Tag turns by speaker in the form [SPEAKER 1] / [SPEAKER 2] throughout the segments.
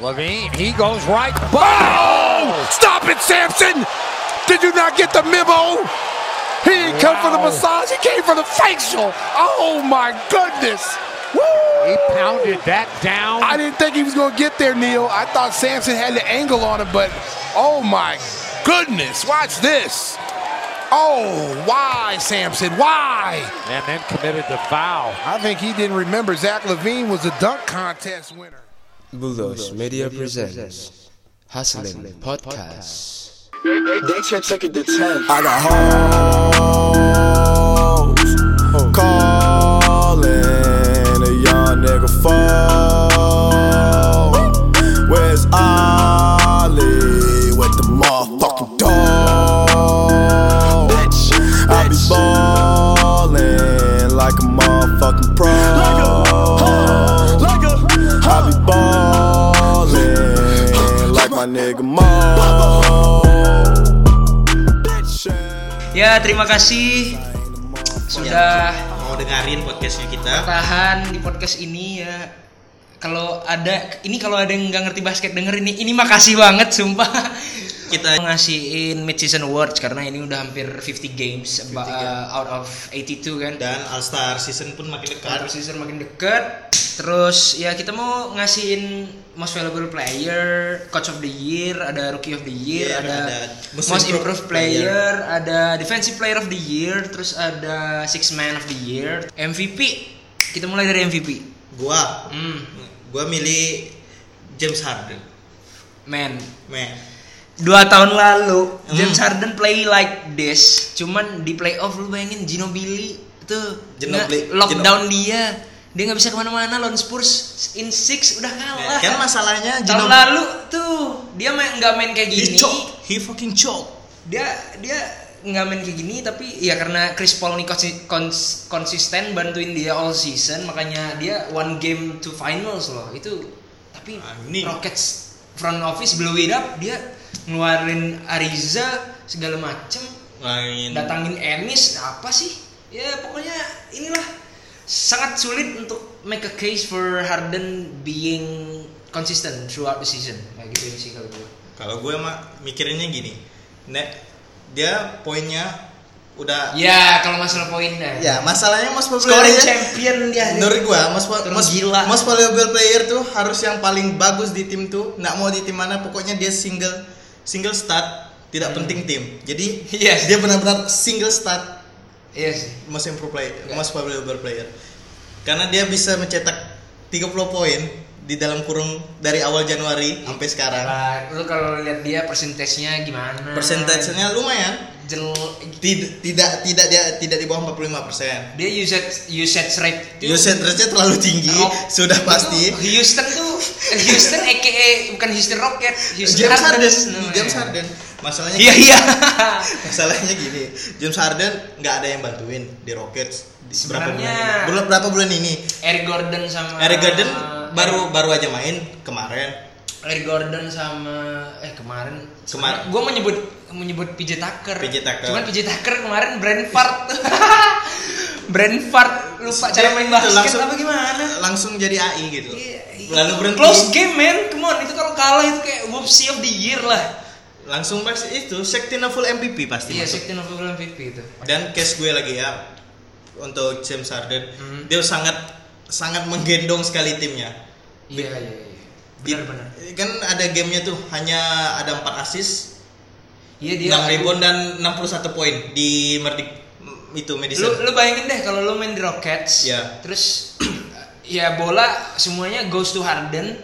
[SPEAKER 1] Levine, he goes right. Boom!
[SPEAKER 2] Stop it, Sampson! Did you not get the memo? He didn't come for the
[SPEAKER 1] Wow.
[SPEAKER 2] massage. He came for the facial. Oh my goodness! Woo!
[SPEAKER 1] He pounded that down.
[SPEAKER 2] I didn't think he was gonna get there, Neil. I thought Sampson had the angle on him, but oh my goodness! Watch this. Oh, why, Sampson? Why?
[SPEAKER 1] and then committed the foul.
[SPEAKER 2] I think he didn't remember Zach Levine was a dunk contest winner.
[SPEAKER 3] Bulos Media presents Hustling Podcast.
[SPEAKER 4] They should took it to 10.
[SPEAKER 5] I got hoes calling a young nigga phone. Where's Ollie with the motherfucking dog? I be ballin' like a motherfucking pro. I be ballin' like my nigga Mo.
[SPEAKER 6] Ya, terima kasih sudah
[SPEAKER 7] mau dengerin podcastnya kita
[SPEAKER 6] tahan di podcast ini ya. Kalau ada ini kalau ada yang nggak ngerti basket denger ini ini makasih banget sumpah.
[SPEAKER 7] Kita-
[SPEAKER 6] ngasihin mid season awards karena ini udah hampir 50 games about, uh, out of 82 kan.
[SPEAKER 7] dan All Star season pun makin
[SPEAKER 6] Counter
[SPEAKER 7] dekat
[SPEAKER 6] season makin deket. Terus ya kita mau ngasihin most valuable player, coach of the year, ada rookie of the year,
[SPEAKER 7] Year,
[SPEAKER 6] ada,
[SPEAKER 7] Iya, ada
[SPEAKER 6] most,
[SPEAKER 7] most
[SPEAKER 6] improved
[SPEAKER 7] improved
[SPEAKER 6] player, ada defensive player of the year, terus ada six man of the year, MVP. Kita mulai dari MVP.
[SPEAKER 7] gua
[SPEAKER 6] Hmm,
[SPEAKER 7] gua milih James Harden
[SPEAKER 6] man.
[SPEAKER 7] man
[SPEAKER 6] Dua tahun lalu James
[SPEAKER 7] Hmm.
[SPEAKER 6] Harden play like this, cuman di playoff lu bayangin Ginobili tuh
[SPEAKER 7] Ginobili-
[SPEAKER 6] nge- lockdown dia, dia nggak bisa kemana-mana lawan Spurs in six udah kalah.
[SPEAKER 7] kan masalahnya
[SPEAKER 6] Tahun
[SPEAKER 7] Ginobili-
[SPEAKER 6] lalu tuh dia main nggak main kayak
[SPEAKER 7] he
[SPEAKER 6] gini.
[SPEAKER 7] choke he fucking choke
[SPEAKER 6] Dia dia nggak main kayak gini tapi ya karena Chris Paul ini konsi- kons- konsisten bantuin dia all season makanya dia one game to finals loh itu tapi
[SPEAKER 7] Ah, ini.
[SPEAKER 6] Rockets front office blow it up dia ngeluarin Ariza segala macem
[SPEAKER 7] main
[SPEAKER 6] datangin Ennis apa sih ya pokoknya inilah sangat sulit untuk make a case for Harden being consistent throughout the season kayak gitu sih kalau gue
[SPEAKER 7] kalau gue mah mikirinnya gini Nek, dia poinnya udah
[SPEAKER 6] ya kalau masalah poinnya
[SPEAKER 7] ya masalahnya mas
[SPEAKER 6] scoring champion dia
[SPEAKER 7] menurut gua most,
[SPEAKER 6] Terus
[SPEAKER 7] most,
[SPEAKER 6] Iya, gila.
[SPEAKER 7] most valuable player tuh harus yang paling bagus di tim tuh nggak mau di tim mana pokoknya dia single single start tidak
[SPEAKER 6] Hmm.
[SPEAKER 7] penting tim jadi
[SPEAKER 6] Yes.
[SPEAKER 7] dia benar-benar single start
[SPEAKER 6] iya sih
[SPEAKER 7] most improved player
[SPEAKER 6] Ya.
[SPEAKER 7] most valuable player karena dia bisa mencetak 30 poin di dalam kurung dari awal Januari sampai sekarang
[SPEAKER 6] Nah, lu kalau lihat dia persentasenya gimana
[SPEAKER 7] persentasenya lumayan
[SPEAKER 6] jel
[SPEAKER 7] Tid- tidak tidak dia tidak di bawah 45%
[SPEAKER 6] dia usage usage rate itu-
[SPEAKER 7] usage rate terlalu tinggi
[SPEAKER 6] Oh.
[SPEAKER 7] sudah pasti
[SPEAKER 6] Itu Houston tuh Houston aka bukan Houston Rocket Houston
[SPEAKER 7] James Harden,
[SPEAKER 6] namanya.
[SPEAKER 7] James Harden. Masalahnya
[SPEAKER 6] Oh, iya
[SPEAKER 7] gini,
[SPEAKER 6] iya
[SPEAKER 7] masalahnya gini, James Harden nggak ada yang bantuin di Rockets di berapa bulan
[SPEAKER 6] Sebenarnya-
[SPEAKER 7] ini. Bulan- berapa bulan ini?
[SPEAKER 6] Eric Gordon sama
[SPEAKER 7] Eric Garden baru baru aja main kemarin.
[SPEAKER 6] Eric Gordon sama eh kemarin
[SPEAKER 7] Kemarin.
[SPEAKER 6] gue menyebut menyebut PJ Tucker
[SPEAKER 7] PJ Tucker.
[SPEAKER 6] cuman PJ Tucker kemarin brand fart brand fart lupa cara main
[SPEAKER 7] Dia itu
[SPEAKER 6] basket
[SPEAKER 7] Iya, langsung-
[SPEAKER 6] apa gimana
[SPEAKER 7] Langsung jadi AI gitu.
[SPEAKER 6] Iya, iya.
[SPEAKER 7] Lalu berhenti.
[SPEAKER 6] close game man come on itu kalau kalah itu kayak whoopsie of the year lah
[SPEAKER 7] Langsung pas itu Sektina full MVP pasti
[SPEAKER 6] iya
[SPEAKER 7] masuk.
[SPEAKER 6] Sixteen of the MVP itu Iya,
[SPEAKER 7] Dan case gue lagi ya untuk James Harden,
[SPEAKER 6] Mhm.
[SPEAKER 7] dia sangat sangat menggendong sekali timnya.
[SPEAKER 6] iya iya iya benar-benar
[SPEAKER 7] Kan ada gamenya tuh hanya ada empat assist,
[SPEAKER 6] iya dia
[SPEAKER 7] 6 rebound dan 61 poin di Merdik mm, itu
[SPEAKER 6] lu
[SPEAKER 7] Madison.
[SPEAKER 6] lu bayangin deh kalau lu main di Rockets
[SPEAKER 7] Iya.
[SPEAKER 6] terus ya bola semuanya goes to Harden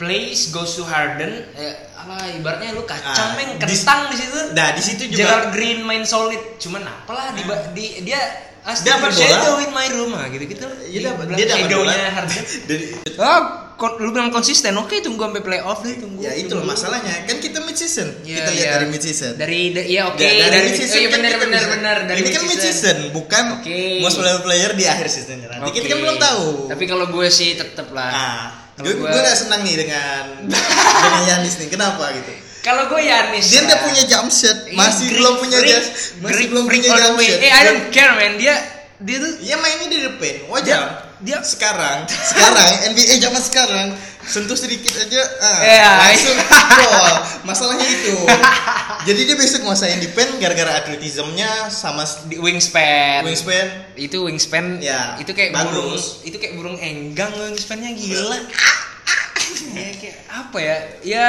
[SPEAKER 6] plays goes to Harden eh, alah ibaratnya lu kacang
[SPEAKER 7] Ah,
[SPEAKER 6] main
[SPEAKER 7] di-
[SPEAKER 6] kentang di situ
[SPEAKER 7] nah, di situ juga
[SPEAKER 6] Gerald Green main solid cuman apalah di, di dia ah,
[SPEAKER 7] Dia dapat bola.
[SPEAKER 6] in my room ah, gitu-gitu
[SPEAKER 7] dia dapat
[SPEAKER 6] bilang
[SPEAKER 7] Iya, dia dapat bola.
[SPEAKER 6] shadownya Harden
[SPEAKER 7] Dari-
[SPEAKER 6] ah kon- lu bilang konsisten oke tunggu sampai playoff deh tunggu
[SPEAKER 7] ya itu loh
[SPEAKER 6] tunggu.
[SPEAKER 7] masalahnya. Kan kita mid season.
[SPEAKER 6] Ya,
[SPEAKER 7] kita lihat
[SPEAKER 6] ya.
[SPEAKER 7] dari mid season.
[SPEAKER 6] dari da- iya oke
[SPEAKER 7] Ya,
[SPEAKER 6] dari,
[SPEAKER 7] mid
[SPEAKER 6] oh,
[SPEAKER 7] season
[SPEAKER 6] iya
[SPEAKER 7] kan
[SPEAKER 6] benar
[SPEAKER 7] kita
[SPEAKER 6] benar
[SPEAKER 7] bisa-
[SPEAKER 6] benar dari
[SPEAKER 7] ini kan mid season, bukan
[SPEAKER 6] Oke.
[SPEAKER 7] most valuable player di akhir season. Nanti
[SPEAKER 6] Oke.
[SPEAKER 7] kita kan belum tahu.
[SPEAKER 6] Tapi kalau gue sih tetep lah.
[SPEAKER 7] nah,
[SPEAKER 6] kalau
[SPEAKER 7] gue
[SPEAKER 6] gua-
[SPEAKER 7] gue nggak senang nih dengan dengan Yanis nih. Kenapa gitu?
[SPEAKER 6] Kalau gue ya, Yanis.
[SPEAKER 7] Dia
[SPEAKER 6] lah.
[SPEAKER 7] nggak punya jump shot,
[SPEAKER 6] Ih, Iya.
[SPEAKER 7] masih
[SPEAKER 6] Greek
[SPEAKER 7] belum punya
[SPEAKER 6] freak,
[SPEAKER 7] jump, masih
[SPEAKER 6] Greek
[SPEAKER 7] belum
[SPEAKER 6] freak
[SPEAKER 7] punya
[SPEAKER 6] all the
[SPEAKER 7] jump
[SPEAKER 6] way.
[SPEAKER 7] shot.
[SPEAKER 6] Eh, I don't care man. Dia dia tuh
[SPEAKER 7] Iya mainnya di depan, wajar.
[SPEAKER 6] Dia- dia-
[SPEAKER 7] sekarang, sekarang NBA zaman sekarang sentuh sedikit aja ah,
[SPEAKER 6] Iya.
[SPEAKER 7] langsung gol masalahnya itu jadi dia besok nguasain defense gara-gara atletismnya sama s-
[SPEAKER 6] Di wingspan.
[SPEAKER 7] wingspan
[SPEAKER 6] Itu wingspan.
[SPEAKER 7] Ya,
[SPEAKER 6] Itu kayak
[SPEAKER 7] bagus.
[SPEAKER 6] burung. Itu kayak burung enggang wingspannya gila. ya, kayak apa ya? Ya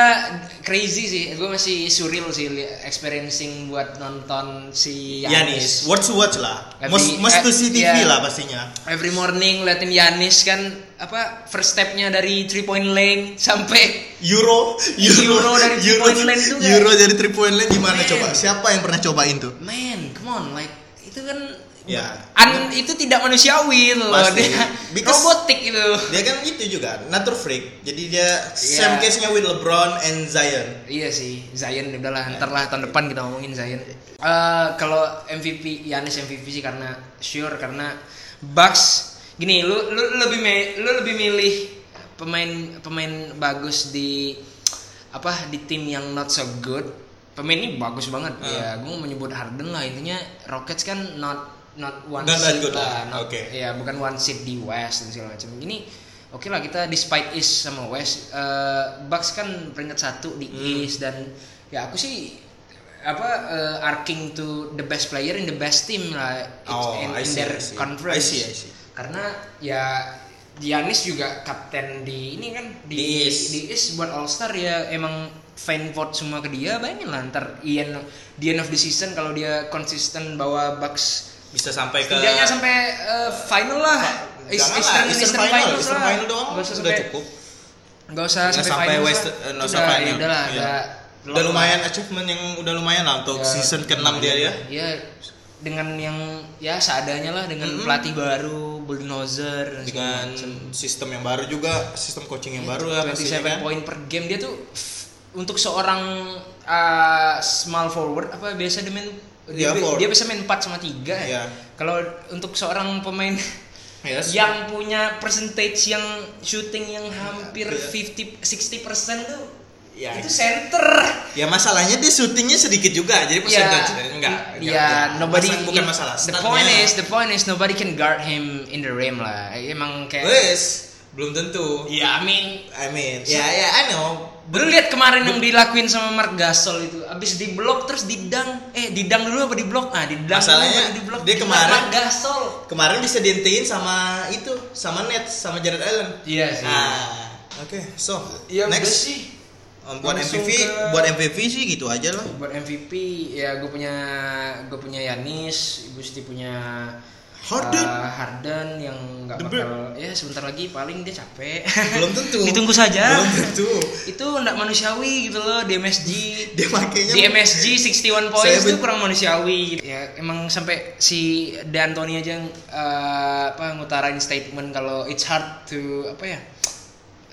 [SPEAKER 6] crazy sih. Gue masih surreal sih li- experiencing buat nonton si
[SPEAKER 7] Yanis
[SPEAKER 6] Yanis.
[SPEAKER 7] watch watch lah
[SPEAKER 6] Tapi,
[SPEAKER 7] must must to
[SPEAKER 6] eh,
[SPEAKER 7] see TV
[SPEAKER 6] iya.
[SPEAKER 7] lah pastinya
[SPEAKER 6] Every morning liatin Yanis kan apa first stepnya dari three point lane sampai
[SPEAKER 7] Euro,
[SPEAKER 6] Euro dari three point Iya. line tuh kayak-
[SPEAKER 7] Euro dari three point line gimana
[SPEAKER 6] Man.
[SPEAKER 7] coba? Siapa yang pernah cobain tuh?
[SPEAKER 6] man come on like itu kan
[SPEAKER 7] Ya.
[SPEAKER 6] an itu tidak manusiawi gitu loh
[SPEAKER 7] Pasti.
[SPEAKER 6] dia
[SPEAKER 7] Because-
[SPEAKER 6] robotik gitu. itu
[SPEAKER 7] Dia kan itu juga, nature freak. Jadi dia same case-nya with LeBron and Zion.
[SPEAKER 6] iya sih Zion udahlah ntar lah tahun depan kita ngomongin Zion Eh, kalau MVP Yanis MVP sih karena sure karena Bucks gini lu lu lebih me- lu lebih milih pemain pemain bagus di apa di tim yang not so good pemain ini bagus banget
[SPEAKER 7] Ah.
[SPEAKER 6] ya gue mau menyebut Harden lah intinya Rockets kan not not one
[SPEAKER 7] Not that
[SPEAKER 6] seed
[SPEAKER 7] good
[SPEAKER 6] lah
[SPEAKER 7] lah,
[SPEAKER 6] not-
[SPEAKER 7] oke.
[SPEAKER 6] ya bukan one seed di West dan segala macam ini oke lah kita despite East sama West eh, Bucks kan peringkat satu di
[SPEAKER 7] Hmm.
[SPEAKER 6] East dan ya aku sih apa eh, arcing to the best player in the best team lah it's-
[SPEAKER 7] Oh,
[SPEAKER 6] in, in
[SPEAKER 7] I see,
[SPEAKER 6] their
[SPEAKER 7] I see.
[SPEAKER 6] conference
[SPEAKER 7] I see, I see.
[SPEAKER 6] karena ya Giannis juga kapten di ini kan di
[SPEAKER 7] Di East.
[SPEAKER 6] di East buat All Star ya emang fan vote semua ke dia bayangin lah ntar Ian di end of the season kalau dia konsisten bawa Bucks
[SPEAKER 7] Bisa sampai ke
[SPEAKER 6] Setidaknya sampai eh, final lah.
[SPEAKER 7] Jangan
[SPEAKER 6] East-
[SPEAKER 7] lah,
[SPEAKER 6] Eastern,
[SPEAKER 7] Eastern
[SPEAKER 6] Eastern
[SPEAKER 7] final,
[SPEAKER 6] Finals
[SPEAKER 7] Eastern
[SPEAKER 6] lah.
[SPEAKER 7] final doang
[SPEAKER 6] Nggak usah
[SPEAKER 7] udah
[SPEAKER 6] sampai-
[SPEAKER 7] cukup.
[SPEAKER 6] nggak usah
[SPEAKER 7] Nggak
[SPEAKER 6] sampai,
[SPEAKER 7] sampai
[SPEAKER 6] finals
[SPEAKER 7] West
[SPEAKER 6] lah.
[SPEAKER 7] eh,
[SPEAKER 6] Itu
[SPEAKER 7] North
[SPEAKER 6] udah-
[SPEAKER 7] final.
[SPEAKER 6] ya udah lah,
[SPEAKER 7] Iya.
[SPEAKER 6] udah
[SPEAKER 7] Udah lumayan achievement yang udah lumayan lah untuk
[SPEAKER 6] Ya,
[SPEAKER 7] season ke-6 dia ya.
[SPEAKER 6] Iya, dengan yang ya seadanya lah dengan pelatih baru, bulldozer dan segala
[SPEAKER 7] Dengan
[SPEAKER 6] macam.
[SPEAKER 7] sistem yang baru juga, sistem coaching
[SPEAKER 6] Iya,
[SPEAKER 7] yang baru lah
[SPEAKER 6] 27
[SPEAKER 7] pastinya kan.
[SPEAKER 6] poin per game dia tuh untuk seorang uh, small forward apa biasa dia main
[SPEAKER 7] Iya,
[SPEAKER 6] dia,
[SPEAKER 7] forward.
[SPEAKER 6] dia bisa main 4 sama 3 ya.
[SPEAKER 7] Iya.
[SPEAKER 6] Kalau untuk seorang pemain
[SPEAKER 7] Yes. Iya,
[SPEAKER 6] yang punya percentage yang shooting yang hampir 50 60% tuh
[SPEAKER 7] Ya.
[SPEAKER 6] itu center.
[SPEAKER 7] Ya masalahnya dia syutingnya sedikit juga, jadi percentage enggak. enggak,
[SPEAKER 6] Ya,
[SPEAKER 7] enggak.
[SPEAKER 6] Iya. nobody
[SPEAKER 7] Masa- bukan masalah.
[SPEAKER 6] The
[SPEAKER 7] statnya.
[SPEAKER 6] point is, the point is nobody can guard him in the rim lah. Eh, Emang kayak
[SPEAKER 7] Wes, belum tentu.
[SPEAKER 6] Ya, I mean
[SPEAKER 7] I mean, ya ya I know.
[SPEAKER 6] Lu lihat kemarin yang dilakuin sama Mark Gasol itu, abis di blok terus didang, eh didang dulu apa di blok? Ah, didang dulu
[SPEAKER 7] Masalahnya,
[SPEAKER 6] apa di blok.
[SPEAKER 7] dia kemarin-
[SPEAKER 6] Mark Gasol.
[SPEAKER 7] Kemarin bisa dientiin sama itu, sama Nets, sama Jared Allen.
[SPEAKER 6] Iya sih.
[SPEAKER 7] Ah, oke. So,
[SPEAKER 6] Iya, udah
[SPEAKER 7] next
[SPEAKER 6] sih.
[SPEAKER 7] Um, buat
[SPEAKER 6] Langsung
[SPEAKER 7] MVP,
[SPEAKER 6] ke-
[SPEAKER 7] buat MVP sih gitu aja lah.
[SPEAKER 6] Buat MVP ya gue punya gue punya Yanis, Gusti punya
[SPEAKER 7] Harden.
[SPEAKER 6] eh, Harden yang nggak
[SPEAKER 7] The
[SPEAKER 6] bakal ya sebentar lagi paling dia capek.
[SPEAKER 7] Belum tentu.
[SPEAKER 6] Ditunggu saja.
[SPEAKER 7] Belum tentu.
[SPEAKER 6] itu nggak manusiawi gitu loh di MSG.
[SPEAKER 7] Dia makainya
[SPEAKER 6] di MSG 61 points
[SPEAKER 7] Saya
[SPEAKER 6] itu
[SPEAKER 7] ben-
[SPEAKER 6] kurang manusiawi ya emang sampai si D'Antoni aja yang eh, apa ngutarain statement kalau it's hard to apa ya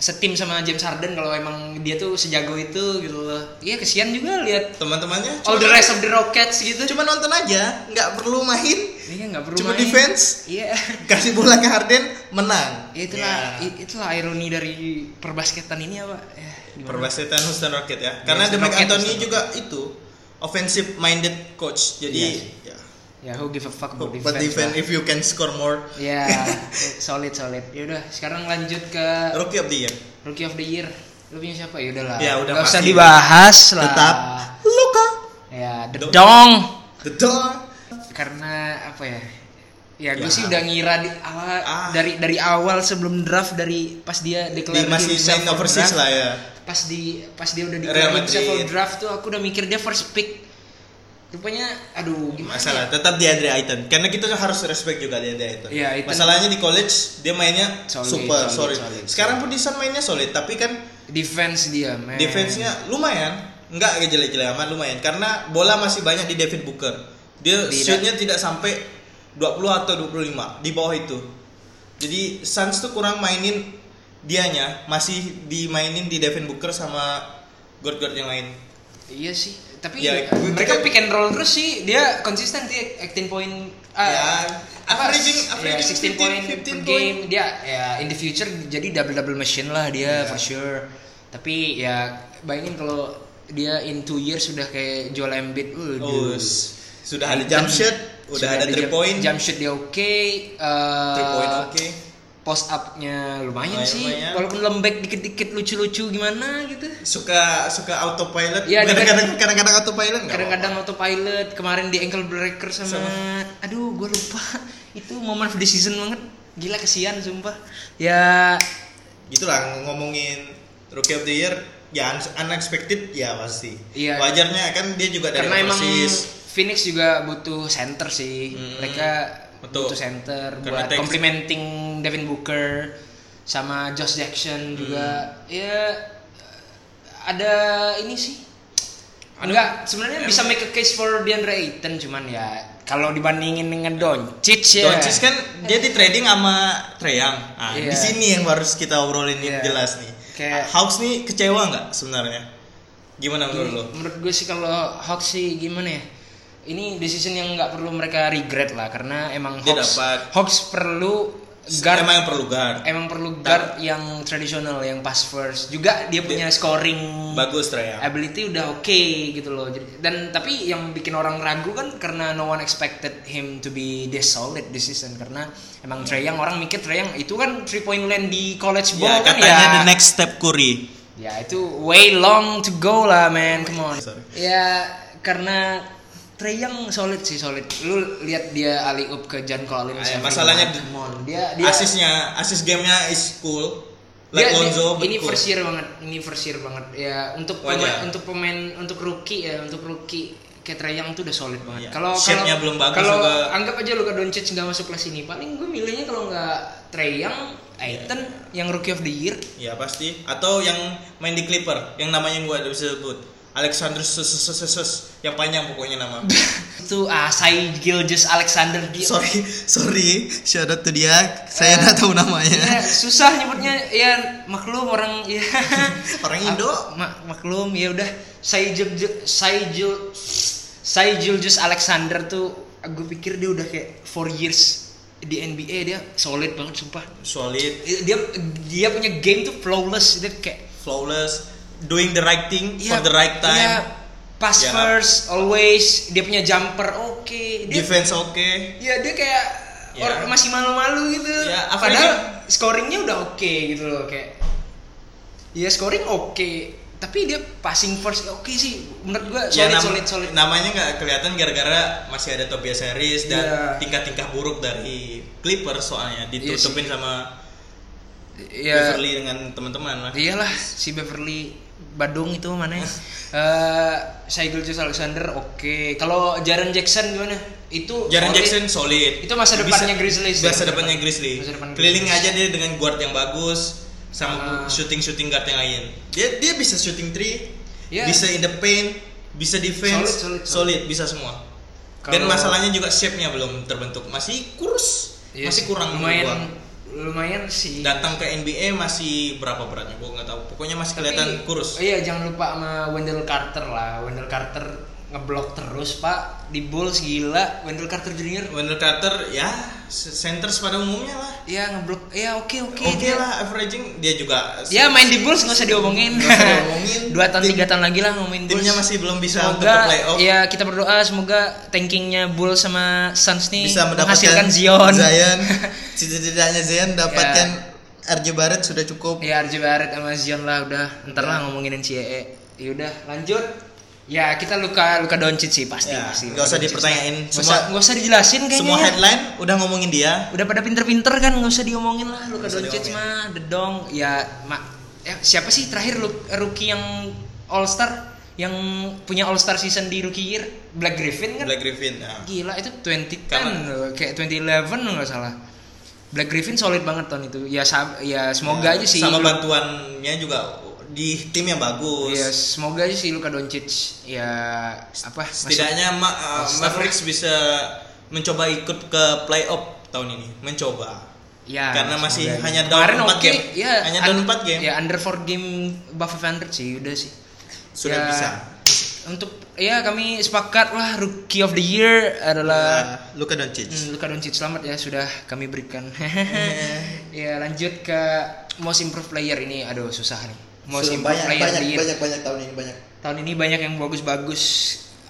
[SPEAKER 6] setim sama James Harden kalau emang dia tuh sejago itu gitu loh iya kesian juga lihat
[SPEAKER 7] teman-temannya.
[SPEAKER 6] all
[SPEAKER 7] cuma-
[SPEAKER 6] the rest of the Rockets gitu
[SPEAKER 7] Cuma nonton aja, nggak perlu main.
[SPEAKER 6] iya nggak perlu
[SPEAKER 7] Cuma
[SPEAKER 6] main.
[SPEAKER 7] defense,
[SPEAKER 6] iya
[SPEAKER 7] kasih bola ke Harden, menang.
[SPEAKER 6] Ya, itulah
[SPEAKER 7] Ya.
[SPEAKER 6] i- itulah ironi dari perbasketan ini apa ya gimana?
[SPEAKER 7] Perwasetan Houston Rocket ya. Karena
[SPEAKER 6] Houston
[SPEAKER 7] The Mike
[SPEAKER 6] Rocket,
[SPEAKER 7] Anthony
[SPEAKER 6] Houston
[SPEAKER 7] juga itu offensive minded coach. Jadi ya.
[SPEAKER 6] ya who give a fuck about defense,
[SPEAKER 7] But Oh, defense
[SPEAKER 6] lah.
[SPEAKER 7] if you can score more
[SPEAKER 6] ya solid solid yaudah sekarang lanjut ke
[SPEAKER 7] Rookie of the Year.
[SPEAKER 6] Rookie of the Year lu punya siapa ya udahlah
[SPEAKER 7] Ya, udah
[SPEAKER 6] Nggak usah
[SPEAKER 7] pasti.
[SPEAKER 6] dibahas lah
[SPEAKER 7] Tetap Luka.
[SPEAKER 6] ya the
[SPEAKER 7] Dong.
[SPEAKER 6] dong
[SPEAKER 7] The Dog.
[SPEAKER 6] karena apa ya ya gue
[SPEAKER 7] Ya.
[SPEAKER 6] sih udah ngira di- ala-
[SPEAKER 7] Ah.
[SPEAKER 6] dari dari awal sebelum draft dari pas dia
[SPEAKER 7] Di
[SPEAKER 6] declare
[SPEAKER 7] masih
[SPEAKER 6] himself
[SPEAKER 7] main
[SPEAKER 6] for
[SPEAKER 7] overseas
[SPEAKER 6] draft,
[SPEAKER 7] lah ya.
[SPEAKER 6] pas di pas dia udah di
[SPEAKER 7] Real
[SPEAKER 6] himself for
[SPEAKER 7] Madrid.
[SPEAKER 6] draft tuh aku udah mikir dia first pick rupanya aduh gimana ya?
[SPEAKER 7] Masalah tetap DeAndre Ayton. Karena kita harus respect juga DeAndre Ayton.
[SPEAKER 6] Iya, Ayton.
[SPEAKER 7] Masalahnya di college dia mainnya
[SPEAKER 6] Solid,
[SPEAKER 7] super
[SPEAKER 6] solid,
[SPEAKER 7] solid.
[SPEAKER 6] solid.
[SPEAKER 7] Sekarang pun di Sun mainnya solid, tapi kan
[SPEAKER 6] defense dia man
[SPEAKER 7] defense-nya lumayan. Enggak jelek-jelek amat lumayan karena bola masih banyak di David Booker. Dia
[SPEAKER 6] Tidak.
[SPEAKER 7] shootnya tidak sampai 20 atau 25 di bawah itu. Jadi Suns tuh kurang mainin dianya, masih dimainin di Devin Booker sama guard-guard yang lain.
[SPEAKER 6] Iya sih, tapi
[SPEAKER 7] Ya, gue-
[SPEAKER 6] mereka
[SPEAKER 7] kita-
[SPEAKER 6] pick and roll terus sih dia konsisten dia 18 point ah,
[SPEAKER 7] Ya,
[SPEAKER 6] apa,
[SPEAKER 7] averaging-
[SPEAKER 6] ya,
[SPEAKER 7] averaging
[SPEAKER 6] 16 point
[SPEAKER 7] 15
[SPEAKER 6] per
[SPEAKER 7] point. Ya.
[SPEAKER 6] game dia ya in the future jadi double double machine lah dia for sure. Tapi ya bayangin kalau dia in 2 years sudah kayak Joel Embiid, waduh.
[SPEAKER 7] Oh, s- sudah ada jump shot, udah
[SPEAKER 6] Sudah
[SPEAKER 7] ada three
[SPEAKER 6] jump-
[SPEAKER 7] point,
[SPEAKER 6] Jump shot dia oke, eh,
[SPEAKER 7] three point oke.
[SPEAKER 6] post up-nya lumayan
[SPEAKER 7] Lumayan,
[SPEAKER 6] sih.
[SPEAKER 7] lumayan.
[SPEAKER 6] Walaupun lembek dikit-dikit lucu-lucu gimana gitu.
[SPEAKER 7] suka suka autopilot
[SPEAKER 6] Iya, dia-
[SPEAKER 7] kadang-kadang kadang-kadang autopilot nggak
[SPEAKER 6] Kadang-kadang autopilot kemarin di ankle breaker sama,
[SPEAKER 7] Sama.
[SPEAKER 6] aduh gue lupa itu momen of the season banget. Gila kesian sumpah. Ya
[SPEAKER 7] apa-apa. gitulah ngomongin rookie of the year ya un- unexpected ya pasti
[SPEAKER 6] Iya.
[SPEAKER 7] wajarnya kan dia juga dari
[SPEAKER 6] karena emang
[SPEAKER 7] persis
[SPEAKER 6] Phoenix juga butuh center sih.
[SPEAKER 7] Hmm,
[SPEAKER 6] Mereka
[SPEAKER 7] betul.
[SPEAKER 6] butuh center
[SPEAKER 7] Karena
[SPEAKER 6] buat
[SPEAKER 7] Tex-
[SPEAKER 6] complimenting Devin Booker sama Josh Jackson juga. Ya ada ini sih. Enggak, sebenarnya bisa make a case for DeAndre Ayton cuman ya kalau dibandingin dengan Doncic ya.
[SPEAKER 7] Doncic kan dia di trading sama Treyang nah,
[SPEAKER 6] Iya.
[SPEAKER 7] di sini yang harus kita obrolin
[SPEAKER 6] Iya.
[SPEAKER 7] yang jelas nih Ah,
[SPEAKER 6] Kayak-
[SPEAKER 7] Hawks nih kecewa nggak sebenarnya gimana menurut lo
[SPEAKER 6] Gini, menurut gue sih kalau Hawks sih gimana ya ini decision yang nggak perlu mereka regret lah karena emang
[SPEAKER 7] Dia
[SPEAKER 6] Hawks
[SPEAKER 7] dapat-
[SPEAKER 6] Hawks perlu guard
[SPEAKER 7] emang yang perlu guard
[SPEAKER 6] emang perlu guard yang tradisional yang pass first juga dia punya scoring
[SPEAKER 7] bagus ya. Treyang
[SPEAKER 6] ability udah oke gitu loh Jadi- dan tapi yang bikin orang ragu kan karena no one expected him to be this solid this season karena emang Trae Young orang mikir Trae Young itu kan three point land di college ball
[SPEAKER 7] Hmm. ya
[SPEAKER 6] kan
[SPEAKER 7] katanya
[SPEAKER 6] ya
[SPEAKER 7] the next step Curry
[SPEAKER 6] Ya itu way long to go lah man, come on.
[SPEAKER 7] Sorry.
[SPEAKER 6] Ya karena Trey Young solid sih solid. Lu lihat dia alley up ke John Collins.
[SPEAKER 7] Ah, ya,
[SPEAKER 6] every
[SPEAKER 7] masalahnya
[SPEAKER 6] night.
[SPEAKER 7] di-
[SPEAKER 6] come on. Dia dia
[SPEAKER 7] asisnya asis gamenya is cool
[SPEAKER 6] dia-
[SPEAKER 7] like
[SPEAKER 6] dia-
[SPEAKER 7] Lonzo
[SPEAKER 6] Iya, ini
[SPEAKER 7] but cool.
[SPEAKER 6] first year banget, ini first year banget. Ya untuk
[SPEAKER 7] Wajar.
[SPEAKER 6] pemain untuk pemain untuk rookie ya, untuk rookie kayak Trey Young tuh udah solid banget.
[SPEAKER 7] Iya.
[SPEAKER 6] Kalau
[SPEAKER 7] Shape-nya
[SPEAKER 6] kalau-
[SPEAKER 7] belum bagus
[SPEAKER 6] kalau
[SPEAKER 7] juga.
[SPEAKER 6] anggap aja Luka Doncic nggak masuk kelas ini, paling gue milihnya kalau nggak Trey Young,
[SPEAKER 7] Iya.
[SPEAKER 6] Aiton yang rookie of the year.
[SPEAKER 7] Ya pasti. Atau yang main di Clipper, yang namanya gue udah bisa sebut. Alexander Susususus yang panjang pokoknya nama.
[SPEAKER 6] Itu ah, Asai Gilgeous Alexander Gil-
[SPEAKER 7] sorry, sorry. Shout out to dia.
[SPEAKER 6] Eh,
[SPEAKER 7] Saya nggak tahu
[SPEAKER 6] Ya,
[SPEAKER 7] namanya.
[SPEAKER 6] susah nyebutnya ya maklum orang ya
[SPEAKER 7] Orang Indo.
[SPEAKER 6] Ma- maklum ya udah Saijul Saijul Saijul Jus Alexander tuh gue pikir dia udah kayak 4 years di NBA dia solid banget sumpah
[SPEAKER 7] Solid,
[SPEAKER 6] dia dia punya game tuh flawless dia kayak
[SPEAKER 7] flawless, doing the right thing
[SPEAKER 6] ya,
[SPEAKER 7] for the right time.
[SPEAKER 6] ya, pass
[SPEAKER 7] Ya.
[SPEAKER 6] first always dia punya jumper oke dia
[SPEAKER 7] Defense oke.
[SPEAKER 6] ya dia kayak
[SPEAKER 7] Ya.
[SPEAKER 6] orang masih malu-malu gitu.
[SPEAKER 7] Ya, apa
[SPEAKER 6] Padahal
[SPEAKER 7] dia-
[SPEAKER 6] scoringnya udah oke gitu loh kayak. Ya scoring oke, tapi dia passing first ya oke sih menurut gua solid
[SPEAKER 7] Ya, nam-
[SPEAKER 6] solid solid.
[SPEAKER 7] Namanya nggak kelihatan gara-gara masih ada Tobias Harris dan
[SPEAKER 6] Iya.
[SPEAKER 7] tingkah-tingkah buruk dari Clipper soalnya
[SPEAKER 6] Iya sih.
[SPEAKER 7] ditutupin sama
[SPEAKER 6] ya
[SPEAKER 7] Beverly dengan teman-teman lah.
[SPEAKER 6] iyalah si Beverly Badung itu mana ya? Eh, Saigul Jus Alexander oke. Kalau Jaren Jackson gimana? Itu
[SPEAKER 7] Jaren
[SPEAKER 6] solid.
[SPEAKER 7] Jackson solid.
[SPEAKER 6] Itu masa depannya Grizzlies ya?
[SPEAKER 7] Masa depannya Grizzly.
[SPEAKER 6] Masa depan
[SPEAKER 7] Keliling
[SPEAKER 6] Grizzlies.
[SPEAKER 7] aja dia dengan guard yang bagus
[SPEAKER 6] Ah.
[SPEAKER 7] sama shooting shooting guard yang lain. Dia dia bisa shooting three,
[SPEAKER 6] Ya.
[SPEAKER 7] bisa in the paint, bisa defense,
[SPEAKER 6] Solid, solid, solid.
[SPEAKER 7] bisa semua. Dan
[SPEAKER 6] Kalau-
[SPEAKER 7] masalahnya juga shape-nya belum terbentuk, masih kurus,
[SPEAKER 6] Iya
[SPEAKER 7] masih
[SPEAKER 6] sih,
[SPEAKER 7] kurang
[SPEAKER 6] lumayan
[SPEAKER 7] berubah.
[SPEAKER 6] lumayan sih.
[SPEAKER 7] Datang ke NBA masih berapa beratnya? Gue nggak tahu. Pokoknya masih
[SPEAKER 6] Tapi-
[SPEAKER 7] kelihatan kurus.
[SPEAKER 6] Iya, jangan lupa sama Wendell Carter lah. Wendell Carter ngeblok terus, Pak. Di Bulls gila. Wendell Carter Jr.
[SPEAKER 7] Wendell Carter ya centers pada umumnya lah.
[SPEAKER 6] Iya, ngeblok. Iya, oke oke.
[SPEAKER 7] Oke
[SPEAKER 6] dia-
[SPEAKER 7] lah averaging dia juga
[SPEAKER 6] Ya main di Bulls nggak usah diomongin.
[SPEAKER 7] Nggak usah diomongin.
[SPEAKER 6] Dua tahun
[SPEAKER 7] Tim-
[SPEAKER 6] tiga tahun lagi lah ngomongin Bulls.
[SPEAKER 7] timnya masih belum bisa untuk
[SPEAKER 6] semoga
[SPEAKER 7] ke playoff.
[SPEAKER 6] ya kita berdoa semoga tankingnya Bulls sama Suns nih
[SPEAKER 7] bisa mendapatkan
[SPEAKER 6] menghasilkan Zion.
[SPEAKER 7] Zion. Setidaknya Zion dapatkan RJ Barrett sudah cukup.
[SPEAKER 6] Ya RJ Barrett sama Zion lah udah ntar
[SPEAKER 7] Iya.
[SPEAKER 6] lah ngomongin NCAA. Ya udah lanjut. Ya kita luka luka Doncic sih pasti
[SPEAKER 7] Ya,
[SPEAKER 6] pasti.
[SPEAKER 7] nggak
[SPEAKER 6] Luka
[SPEAKER 7] usah
[SPEAKER 6] Doncic.
[SPEAKER 7] dipertanyain.
[SPEAKER 6] Nggak
[SPEAKER 7] Semua-
[SPEAKER 6] usah, nggak usah dijelasin kayaknya.
[SPEAKER 7] Semua
[SPEAKER 6] ya.
[SPEAKER 7] headline udah ngomongin dia.
[SPEAKER 6] Udah pada pinter-pinter kan nggak usah diomongin lah luka
[SPEAKER 7] Nggak usah
[SPEAKER 6] Doncic
[SPEAKER 7] diomongin.
[SPEAKER 6] mah dedong ya ma- ya, siapa sih terakhir lu- rookie yang All Star yang punya All Star season di rookie year Black Griffin kan?
[SPEAKER 7] Black Griffin. nah.
[SPEAKER 6] Gila itu 2010
[SPEAKER 7] Kapan?
[SPEAKER 6] loh, kayak 2011 loh nggak salah. Black Griffin solid banget tahun itu. Ya sab- ya semoga aja sih. lu-
[SPEAKER 7] Sama bantuannya juga di tim yang bagus.
[SPEAKER 6] Iya, semoga aja sih Luka Doncic ya apa masuk-
[SPEAKER 7] Setidaknya Ma- uh,
[SPEAKER 6] masuk-
[SPEAKER 7] Mavericks bisa mencoba ikut ke playoff tahun ini. Mencoba.
[SPEAKER 6] ya,
[SPEAKER 7] karena masih
[SPEAKER 6] semoga aja.
[SPEAKER 7] hanya down
[SPEAKER 6] Kemarin
[SPEAKER 7] 4
[SPEAKER 6] oke,
[SPEAKER 7] game.
[SPEAKER 6] Ya,
[SPEAKER 7] Hanya down
[SPEAKER 6] un-
[SPEAKER 7] 4 game.
[SPEAKER 6] Ya under 4 game above 500 sih udah sih.
[SPEAKER 7] Sudah
[SPEAKER 6] Ya,
[SPEAKER 7] bisa.
[SPEAKER 6] Untuk ya kami sepakat lah rookie of the year
[SPEAKER 7] Uh,
[SPEAKER 6] adalah
[SPEAKER 7] Luka Doncic.
[SPEAKER 6] Ya. Hmm, Luka Doncic selamat ya sudah kami berikan. ya lanjut ke most improved player ini aduh susah nih. Most improved player of the year.
[SPEAKER 8] banyak tahun ini banyak
[SPEAKER 6] Tahun ini banyak yang bagus-bagus.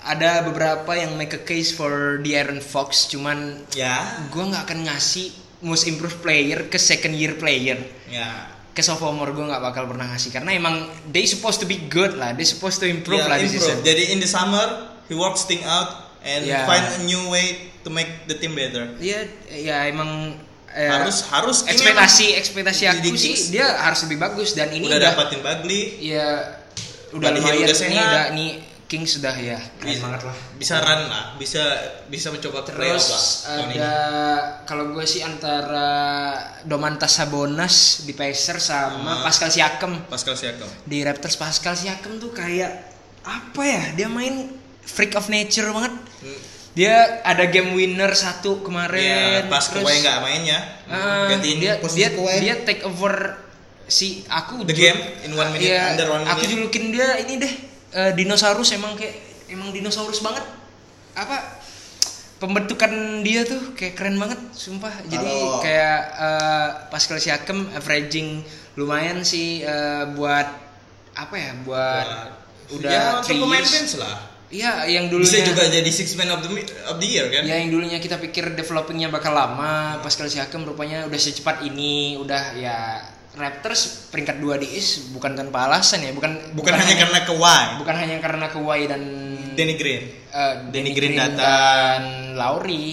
[SPEAKER 6] Ada beberapa yang make a case for the Iron Fox cuman
[SPEAKER 7] Ya.
[SPEAKER 6] gue nggak akan ngasih most improved player ke second year player
[SPEAKER 7] Ya.
[SPEAKER 6] ke sophomore gue nggak bakal pernah ngasih karena emang they supposed to be good lah they supposed to improve
[SPEAKER 7] Ya,
[SPEAKER 6] lah di
[SPEAKER 7] improve.
[SPEAKER 6] season
[SPEAKER 7] Jadi in the summer he works thing out and
[SPEAKER 6] Ya.
[SPEAKER 7] find a new way to make the team better.
[SPEAKER 6] Iya, ya emang eh,
[SPEAKER 7] Harus- harus ini
[SPEAKER 6] ekspektasi ekspektasi
[SPEAKER 7] di-
[SPEAKER 6] aku
[SPEAKER 7] di
[SPEAKER 6] sih
[SPEAKER 7] Kings.
[SPEAKER 6] dia harus lebih bagus dan ini
[SPEAKER 7] udah,
[SPEAKER 6] udah,
[SPEAKER 7] dapatin Bagley,
[SPEAKER 6] ya udah
[SPEAKER 7] Buddy Hield
[SPEAKER 6] lumayan nih
[SPEAKER 7] udah sehat. Iya.
[SPEAKER 6] udah nih King sudah ya keren
[SPEAKER 7] Bisa-
[SPEAKER 6] banget lah
[SPEAKER 7] bisa run lah, bisa bisa mencoba ke playoff lah.
[SPEAKER 6] terus
[SPEAKER 7] tahun
[SPEAKER 6] ada kalau gue sih antara Domantas Sabonas di Pacers sama
[SPEAKER 7] Sama-
[SPEAKER 6] Pascal Siakam
[SPEAKER 7] ini. Pascal Siakam.
[SPEAKER 6] di Raptors Pascal Siakam tuh kayak apa ya dia main freak of nature banget
[SPEAKER 7] Hmm.
[SPEAKER 6] dia ada game winner satu kemarin
[SPEAKER 7] Ya, pas
[SPEAKER 6] terus-
[SPEAKER 7] Kawhi nggak mainnya,
[SPEAKER 6] Ah,
[SPEAKER 7] gantiin
[SPEAKER 6] dia,
[SPEAKER 7] posisi
[SPEAKER 6] dia,
[SPEAKER 7] Kawhi.
[SPEAKER 6] dia take over si aku
[SPEAKER 7] The
[SPEAKER 6] ju-
[SPEAKER 7] game in one minute,
[SPEAKER 6] Iya,
[SPEAKER 7] under one
[SPEAKER 6] aku
[SPEAKER 7] minute.
[SPEAKER 6] julukin dia ini deh eh, dinosaurus emang kayak emang dinosaurus banget apa pembentukan dia tuh kayak keren banget sumpah jadi
[SPEAKER 7] Kalau-
[SPEAKER 6] kayak eh, Pascal Siakam averaging lumayan sih eh, buat apa ya buat
[SPEAKER 7] ya,
[SPEAKER 6] udah three
[SPEAKER 7] pemain
[SPEAKER 6] years.
[SPEAKER 7] bench lah.
[SPEAKER 6] Iya, yang dulu
[SPEAKER 7] Bisa juga jadi six man of the mi- of the year kan?
[SPEAKER 6] Ya yang dulunya kita pikir developingnya bakal lama, Pascal Siakam rupanya udah secepat ini, udah ya Raptors peringkat 2 di East bukan tanpa alasan ya, bukan
[SPEAKER 7] Bukan hanya karena Kawhi,
[SPEAKER 6] bukan hanya karena Kawhi dan
[SPEAKER 7] Danny Green.
[SPEAKER 6] eh,
[SPEAKER 7] Danny Green datang. Iya.
[SPEAKER 6] dan Lauri.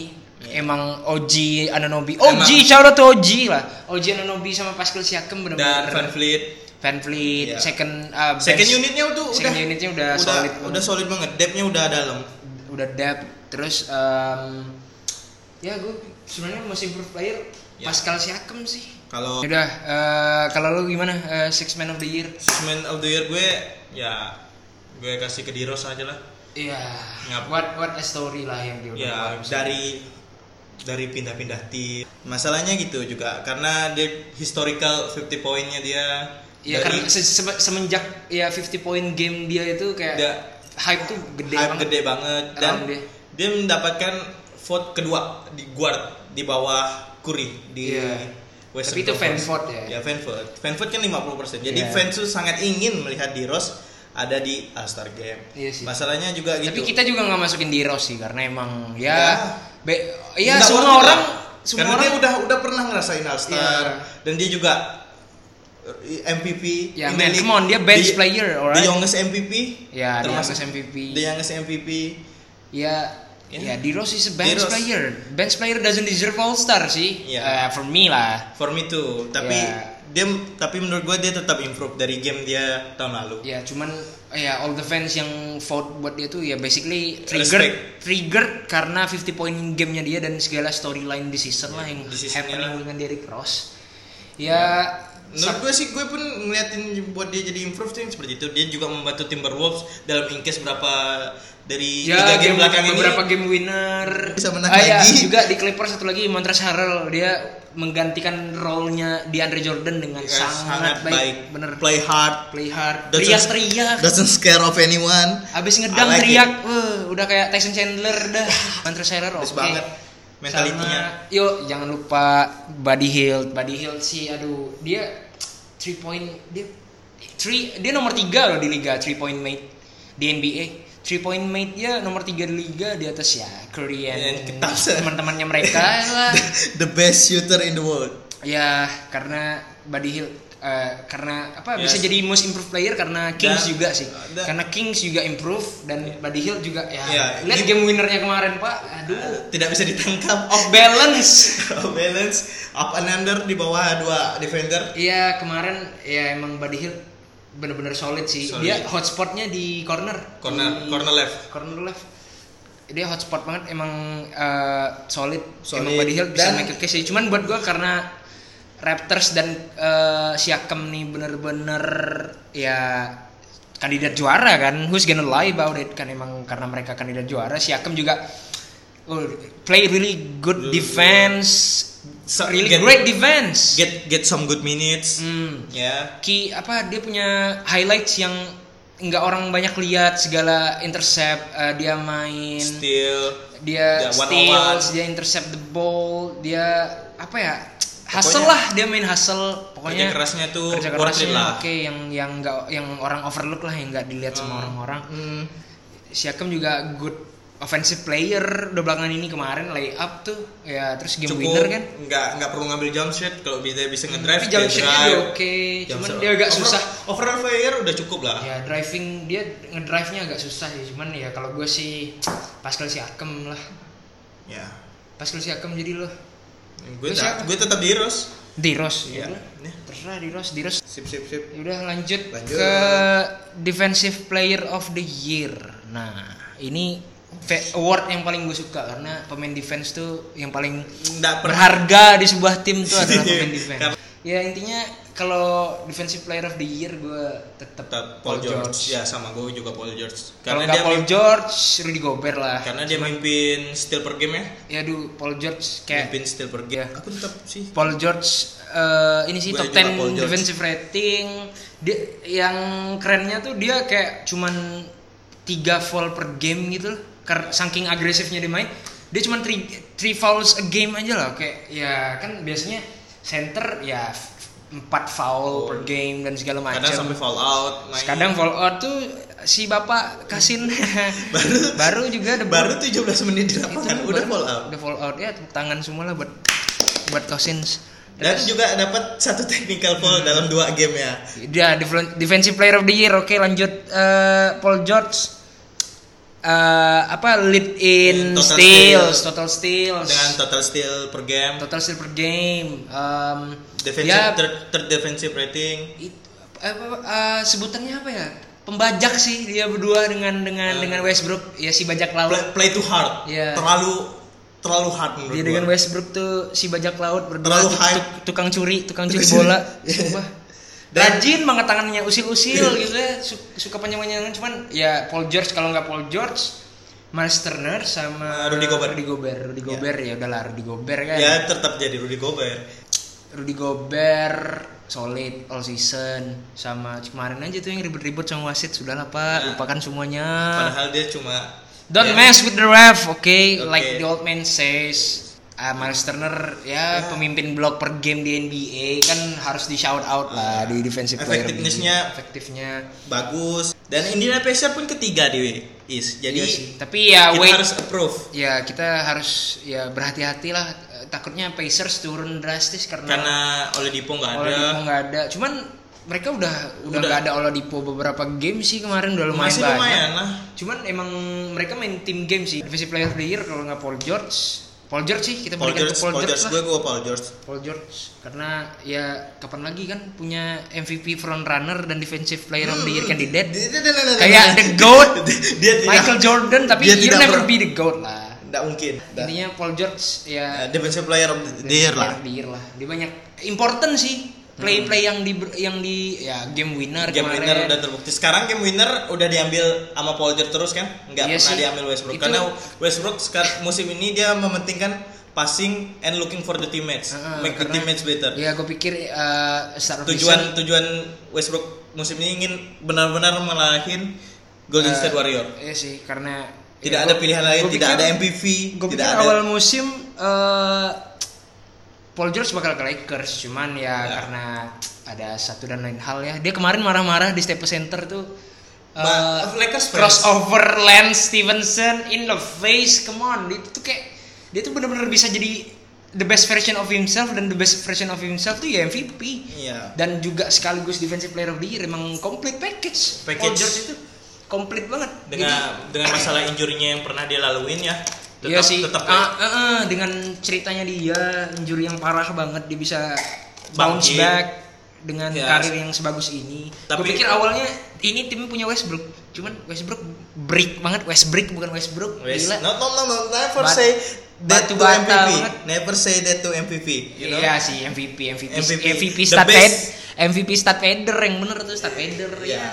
[SPEAKER 6] Emang OG Ananobi,
[SPEAKER 7] Emang-
[SPEAKER 6] OG shout out to OG lah, OG Ananobi sama Pascal Siakam
[SPEAKER 7] Dan
[SPEAKER 6] benar-benar
[SPEAKER 7] Van Vliet.
[SPEAKER 6] Van Vliet,
[SPEAKER 7] Iya.
[SPEAKER 6] second eh, best-
[SPEAKER 7] Second unitnya tuh
[SPEAKER 6] second
[SPEAKER 7] udah
[SPEAKER 6] unitnya udah,
[SPEAKER 7] udah
[SPEAKER 6] solid banget
[SPEAKER 7] udah solid banget. Depthnya udah dalam.
[SPEAKER 6] udah dap terus em, ya gue sebenarnya masih improve player
[SPEAKER 7] Ya.
[SPEAKER 6] Pascal Siakam sih
[SPEAKER 7] Kalau
[SPEAKER 6] udah eh, kalau lu gimana eh, six man of the year
[SPEAKER 7] six man of the year gue ya gue kasih ke Diros aja lah.
[SPEAKER 6] ya
[SPEAKER 7] Ngap-
[SPEAKER 6] what what a story lah yang dia udah
[SPEAKER 7] Ya
[SPEAKER 6] keluarin sih.
[SPEAKER 7] dari dari pindah-pindah tim. Masalahnya gitu juga karena dia historical 50 poinnya dia.
[SPEAKER 6] ya
[SPEAKER 7] Dari-
[SPEAKER 6] karena se- se- semenjak ya 50 point game dia itu kayak
[SPEAKER 7] Dia-
[SPEAKER 6] hype tuh gede
[SPEAKER 7] hype
[SPEAKER 6] banget
[SPEAKER 7] gede banget dan
[SPEAKER 6] Around
[SPEAKER 7] dia.
[SPEAKER 6] dia.
[SPEAKER 7] mendapatkan vote kedua di guard di bawah Curry di
[SPEAKER 6] Iya. Tapi
[SPEAKER 7] Western
[SPEAKER 6] itu
[SPEAKER 7] Conference.
[SPEAKER 6] fan vote ya?
[SPEAKER 7] Ya fan vote. Fan vote kan 50%. Jadi
[SPEAKER 6] Iya.
[SPEAKER 7] fans tuh sangat ingin melihat di Rose ada di All Star Game.
[SPEAKER 6] Iya sih.
[SPEAKER 7] Masalalnya juga gitu.
[SPEAKER 6] tapi kita juga nggak masukin di Rose sih karena emang ya
[SPEAKER 7] Ya.
[SPEAKER 6] be- ya
[SPEAKER 7] Nggak
[SPEAKER 6] semua
[SPEAKER 7] worth it
[SPEAKER 6] orang
[SPEAKER 7] lah.
[SPEAKER 6] semua
[SPEAKER 7] Karena
[SPEAKER 6] orang
[SPEAKER 7] dia udah udah pernah ngerasain All Star
[SPEAKER 6] Iya.
[SPEAKER 7] dan dia juga eh, MVP.
[SPEAKER 6] Ya,
[SPEAKER 7] in the
[SPEAKER 6] man,
[SPEAKER 7] league.
[SPEAKER 6] come on, dia bench
[SPEAKER 7] The-
[SPEAKER 6] player, alright.
[SPEAKER 7] The youngest MVP.
[SPEAKER 6] Ya, the
[SPEAKER 7] termasuk
[SPEAKER 6] youngest MVP.
[SPEAKER 7] The youngest MVP.
[SPEAKER 6] Ya,
[SPEAKER 7] Ya.
[SPEAKER 6] ya, D Rose is a bench
[SPEAKER 7] D-Rose.
[SPEAKER 6] player. Bench player doesn't deserve All Star sih.
[SPEAKER 7] Ya.
[SPEAKER 6] Eh, for me lah.
[SPEAKER 7] For me too, tapi
[SPEAKER 6] Ya.
[SPEAKER 7] dia tapi menurut gue dia tetap improve dari game dia tahun lalu.
[SPEAKER 6] Ya, cuman ya all the fans yang vote buat dia tuh ya basically
[SPEAKER 7] Respect.
[SPEAKER 6] triggered triggered karena 50 point gamenya dia dan segala storyline di season lah yang
[SPEAKER 7] Ya, di seasonnya
[SPEAKER 6] happening
[SPEAKER 7] lah.
[SPEAKER 6] dengan Derrick Rose. Ya,
[SPEAKER 7] Menurut gue sih gue pun ngeliatin buat dia jadi improve tuh yang seperti itu. Dia juga membantu Timberwolves dalam incase berapa dari tiga game, belakang ini.
[SPEAKER 6] beberapa ya, game winner
[SPEAKER 7] Bisa menang
[SPEAKER 6] Ah, ya,
[SPEAKER 7] lagi.
[SPEAKER 6] juga di Clippers satu lagi Montrezl Harrell dia menggantikan role-nya DeAndre Jordan dengan
[SPEAKER 7] Ya,
[SPEAKER 6] sangat, baik. bener
[SPEAKER 7] Play hard,
[SPEAKER 6] play hard
[SPEAKER 7] Doesn't-
[SPEAKER 6] teriak-teriak
[SPEAKER 7] doesn't scare of anyone.
[SPEAKER 6] abis ngedang
[SPEAKER 7] I like
[SPEAKER 6] teriak
[SPEAKER 7] it.
[SPEAKER 6] Wah, udah kayak Tyson Chandler dah Manchester oke
[SPEAKER 7] Bagus banget mentalitinya.
[SPEAKER 6] Sama- yuk jangan lupa body Hield body Hield sih aduh dia three point dia three dia nomor tiga loh di liga three point mate di NBA three point mate dia nomor tiga di liga di atas ya Curry
[SPEAKER 7] Dan
[SPEAKER 6] and
[SPEAKER 7] Thompson.
[SPEAKER 6] teman-temannya mereka lah
[SPEAKER 7] The best shooter in the world.
[SPEAKER 6] ya karena body Hield eh, karena apa
[SPEAKER 7] Yes.
[SPEAKER 6] bisa jadi most improved player karena Kings
[SPEAKER 7] Dan- Iya.
[SPEAKER 6] juga sih
[SPEAKER 7] dan-
[SPEAKER 6] karena Kings juga improve dan Buddy Hield juga ya
[SPEAKER 7] Ya,
[SPEAKER 6] lihat
[SPEAKER 7] ini-
[SPEAKER 6] game winernya kemarin pak aduh
[SPEAKER 7] Tidak bisa ditangkap. Oh,
[SPEAKER 6] off balance
[SPEAKER 7] Balance up and under di bawah dua defender.
[SPEAKER 6] iya kemarin ya emang Buddy Hield bener-bener solid sih
[SPEAKER 7] Solid.
[SPEAKER 6] dia hotspotnya di corner Di-
[SPEAKER 7] Corner, corner left.
[SPEAKER 6] corner left dia hotspot banget emang eh, solid.
[SPEAKER 7] Solid.
[SPEAKER 6] emang Buddy Hield bisa
[SPEAKER 7] Dan-
[SPEAKER 6] make a case sih cuman buat gua karena Raptors dan eh, Siakam nih bener-bener ya kandidat juara kan who's gonna lie about it kan emang karena mereka kandidat juara Siakam juga oh, play really good defense
[SPEAKER 7] So-
[SPEAKER 6] really
[SPEAKER 7] get-
[SPEAKER 6] great defense
[SPEAKER 7] Get get some good minutes.
[SPEAKER 6] Hmm.
[SPEAKER 7] Ya.
[SPEAKER 6] Ki apa dia punya highlights yang nggak orang banyak lihat segala intercept eh, dia main
[SPEAKER 7] Still
[SPEAKER 6] dia
[SPEAKER 7] Dia one on
[SPEAKER 6] steals
[SPEAKER 7] one.
[SPEAKER 6] dia intercept the ball dia apa ya hustle lah dia main hustle pokoknya
[SPEAKER 7] Kerja kerasnya tuh
[SPEAKER 6] kerja
[SPEAKER 7] worth
[SPEAKER 6] kerasnya
[SPEAKER 7] it lah.
[SPEAKER 6] oke yang yang nggak yang orang overlook lah yang nggak dilihat sama orang-orang
[SPEAKER 7] Hmm.
[SPEAKER 6] Siakam juga good offensive player udah belakangan ini kemarin lay up tuh ya terus game
[SPEAKER 7] cukup
[SPEAKER 6] winner kan Hmm,
[SPEAKER 7] nggak nggak perlu ngambil jump shot kalau dia bisa ngedrive
[SPEAKER 6] tapi jump
[SPEAKER 7] dia
[SPEAKER 6] shotnya
[SPEAKER 7] drive.
[SPEAKER 6] udah oke
[SPEAKER 7] Jump
[SPEAKER 6] cuman
[SPEAKER 7] shot.
[SPEAKER 6] dia agak
[SPEAKER 7] Overall-
[SPEAKER 6] susah
[SPEAKER 7] overall player udah cukup lah
[SPEAKER 6] ya driving dia ngedrive nya agak susah sih cuman ya kalau gue sih Pascal Siakam lah
[SPEAKER 7] ya
[SPEAKER 6] Pascal Siakam jadi lo
[SPEAKER 7] gue
[SPEAKER 6] Terus siapa?
[SPEAKER 7] gue tetap di Rose
[SPEAKER 6] Diros ya
[SPEAKER 7] Iya.
[SPEAKER 6] udah. terserah Diros Diros Ya
[SPEAKER 7] sip sip sip
[SPEAKER 6] udah lanjut,
[SPEAKER 7] Lanjut.
[SPEAKER 6] ke defensive player of the year nah ini fe- award yang paling gue suka karena pemain defense tuh yang paling
[SPEAKER 7] nggak pernah
[SPEAKER 6] berharga di sebuah tim tuh adalah pemain
[SPEAKER 7] Iya.
[SPEAKER 6] defense.
[SPEAKER 7] Karena-
[SPEAKER 6] Ya intinya kalau defensive player of the year gue tetap
[SPEAKER 7] tetap Paul George. ya sama gue juga Paul George
[SPEAKER 6] Kalau
[SPEAKER 7] karena
[SPEAKER 6] nggak
[SPEAKER 7] dia
[SPEAKER 6] Paul
[SPEAKER 7] mim-
[SPEAKER 6] George, Rudy Gobert lah.
[SPEAKER 7] karena dia mimpin steal per game ya
[SPEAKER 6] Ya duh Paul George kayak
[SPEAKER 7] mimpin steal per game
[SPEAKER 6] Iya.
[SPEAKER 7] aku tetap sih
[SPEAKER 6] Paul George eh, ini sih top
[SPEAKER 7] Gua juga
[SPEAKER 6] 10
[SPEAKER 7] Paul George.
[SPEAKER 6] defensive rating. Dia yang kerennya tuh dia kayak cuman 3 foul per game gitu loh. Kar- saking agresifnya dia main. Dia cuman 3 fouls a game aja loh kayak ya kan biasanya center ya 4 foul per game dan segala macam.
[SPEAKER 7] Oh. kadang sampai fall out main
[SPEAKER 6] Kadang fall out tuh si Bapak Kasin baru baru juga ada
[SPEAKER 7] baru 17 menit di lapangan
[SPEAKER 6] itu
[SPEAKER 7] udah
[SPEAKER 6] baru-
[SPEAKER 7] fall out
[SPEAKER 6] udah fall out ya tepuk tangan semua lah buat buat Cousins
[SPEAKER 7] dan juga dapat satu technical
[SPEAKER 6] Hmm.
[SPEAKER 7] foul dalam dua game ya
[SPEAKER 6] dia Def- defensive player of the year oke lanjut eh, Paul George Eh, apa lead in
[SPEAKER 7] Iya,
[SPEAKER 6] steals
[SPEAKER 7] Total steals.
[SPEAKER 6] total steals
[SPEAKER 7] dengan total steal per game
[SPEAKER 6] total steal per game Em,
[SPEAKER 7] defensive
[SPEAKER 6] dia
[SPEAKER 7] third, third defensive rating
[SPEAKER 6] it- apa- eh, sebutannya apa ya pembajak sih dia berdua dengan
[SPEAKER 7] Nah.
[SPEAKER 6] dengan dengan Westbrook ya si bajak laut
[SPEAKER 7] play, play too hard
[SPEAKER 6] Iya.
[SPEAKER 7] terlalu terlalu hard menurut
[SPEAKER 6] dia
[SPEAKER 7] gua.
[SPEAKER 6] dengan Westbrook tuh si bajak laut berdua
[SPEAKER 7] Terlalu
[SPEAKER 6] tuk-
[SPEAKER 7] hype.
[SPEAKER 6] tuk- tukang curi tukang curi
[SPEAKER 7] Tukang curi.
[SPEAKER 6] bola coba
[SPEAKER 7] Dan- Iya.
[SPEAKER 6] rajin banget tangannya usil-usil gitu ya su- suka panjang-panjangan cuman ya Paul George kalau nggak Paul George Miles Turner sama
[SPEAKER 7] Eh, Rudy Gobert. Iya.
[SPEAKER 6] Rudy Gobert Rudy Gobert ya udahlah Rudy Gobert kan
[SPEAKER 7] ya tetap jadi Rudy Gobert
[SPEAKER 6] Rudy Gobert solid all season sama kemarin aja tuh yang ribut-ribut sama wasit sudahlah pak
[SPEAKER 7] Iya.
[SPEAKER 6] lupakan semuanya
[SPEAKER 7] padahal dia cuma
[SPEAKER 6] Ah. Don't
[SPEAKER 7] ya,
[SPEAKER 6] mess with the ref, oke? Like
[SPEAKER 7] Oke.
[SPEAKER 6] the old man says. Ah, Miles Turner ya pemimpin blok per game di NBA kan harus di shout out lah di defensive player. of the year.
[SPEAKER 7] Effectiveness-nya-
[SPEAKER 6] efektifnya.
[SPEAKER 7] bagus dan Indiana Pacers pun ketiga di East
[SPEAKER 6] Iya
[SPEAKER 7] jadi
[SPEAKER 6] sih. Tapi ya
[SPEAKER 7] kita
[SPEAKER 6] wait.
[SPEAKER 7] harus approve
[SPEAKER 6] Ya kita harus ya berhati-hatilah Eh, takutnya Pacers turun drastis karena,
[SPEAKER 7] karena Oladipo nggak ada
[SPEAKER 6] Oladipo Nah. nggak ada. Cuman mereka udah udah
[SPEAKER 7] Udah.
[SPEAKER 6] nggak ada Oladipo beberapa game sih kemarin udah lumayan
[SPEAKER 7] masih
[SPEAKER 6] banyak.
[SPEAKER 7] lumayan lah
[SPEAKER 6] Cuman emang mereka main tim game sih. Defensive player of the year kalau nggak Paul George. Paul George sih kita
[SPEAKER 7] Paul
[SPEAKER 6] berikan ke
[SPEAKER 7] George,
[SPEAKER 6] Paul, George, lah.
[SPEAKER 7] gue gue Paul George
[SPEAKER 6] Paul George karena ya kapan lagi kan punya MVP front runner dan defensive player of the year candidate kayak the goat
[SPEAKER 7] Hmm. dia tidak
[SPEAKER 6] Michael Jordan tapi
[SPEAKER 7] dia
[SPEAKER 6] you
[SPEAKER 7] tidak
[SPEAKER 6] never
[SPEAKER 7] ber-
[SPEAKER 6] be the goat lah
[SPEAKER 7] nggak mungkin Dah.
[SPEAKER 6] intinya Paul George
[SPEAKER 7] Eh,
[SPEAKER 6] ya
[SPEAKER 7] defensive player of the year
[SPEAKER 6] defensive player
[SPEAKER 7] lah
[SPEAKER 6] of the year lah dia banyak important sih play play yang di yang di ya game winner
[SPEAKER 7] game
[SPEAKER 6] kemarin
[SPEAKER 7] winner udah terbukti sekarang game winner udah diambil sama Paul George terus kan nggak
[SPEAKER 6] Iya
[SPEAKER 7] pernah
[SPEAKER 6] sih.
[SPEAKER 7] diambil Westbrook
[SPEAKER 6] Itu-
[SPEAKER 7] karena Westbrook sekarang musim ini dia mementingkan passing and looking for the teammates
[SPEAKER 6] Heeh, Ah,
[SPEAKER 7] make the
[SPEAKER 6] karena-
[SPEAKER 7] teammates better
[SPEAKER 6] ya gue pikir eh, start of
[SPEAKER 7] tujuan tujuan Westbrook musim ini ingin benar-benar mengalahin Golden State Warrior
[SPEAKER 6] ya sih karena ya
[SPEAKER 7] tidak ada pilihan lain
[SPEAKER 6] gua
[SPEAKER 7] tidak
[SPEAKER 6] pikir-
[SPEAKER 7] ada MVP
[SPEAKER 6] gue pikir
[SPEAKER 7] tidak ada
[SPEAKER 6] awal musim eh, Paul George bakal ke Lakers cuman ya, karena ada satu dan lain hal ya dia kemarin marah-marah di Staples Center tuh eh,
[SPEAKER 7] Ba- Lakers fans.
[SPEAKER 6] crossover Lance Stevenson in the face come on itu tuh kayak dia tuh bener-bener bisa jadi the best version of himself dan the best version of himself tuh ya MVP
[SPEAKER 7] Iya.
[SPEAKER 6] dan juga sekaligus defensive player of the year emang complete package, Paul
[SPEAKER 7] Package.
[SPEAKER 6] George itu complete banget
[SPEAKER 7] dengan dengan masalah injurinya yang pernah dia laluin ya tetap
[SPEAKER 6] Iya sih.
[SPEAKER 7] tetap ya.
[SPEAKER 6] Ah, ah, ah, dengan ceritanya dia injury yang parah banget dia bisa bounce
[SPEAKER 7] Bangkit.
[SPEAKER 6] back dengan
[SPEAKER 7] Ya.
[SPEAKER 6] karir yang sebagus ini. Tapi
[SPEAKER 7] Tapi-
[SPEAKER 6] pikir awalnya ini tim punya Westbrook. Cuman Westbrook break banget Westbrook bukan Westbrook.
[SPEAKER 7] Wes-
[SPEAKER 6] Gila.
[SPEAKER 7] no, no, no, no, never
[SPEAKER 6] Bat-
[SPEAKER 7] say that
[SPEAKER 6] batu
[SPEAKER 7] to
[SPEAKER 6] bata
[SPEAKER 7] MVP.
[SPEAKER 6] banget.
[SPEAKER 7] Never say that to MVP. You know?
[SPEAKER 6] Iya sih MVP MVP
[SPEAKER 7] MVP,
[SPEAKER 6] MVP,
[SPEAKER 7] the
[SPEAKER 6] stat
[SPEAKER 7] best.
[SPEAKER 6] Fed- MVP stat Feder yang bener tuh stat Feder
[SPEAKER 7] Ya.
[SPEAKER 6] ya.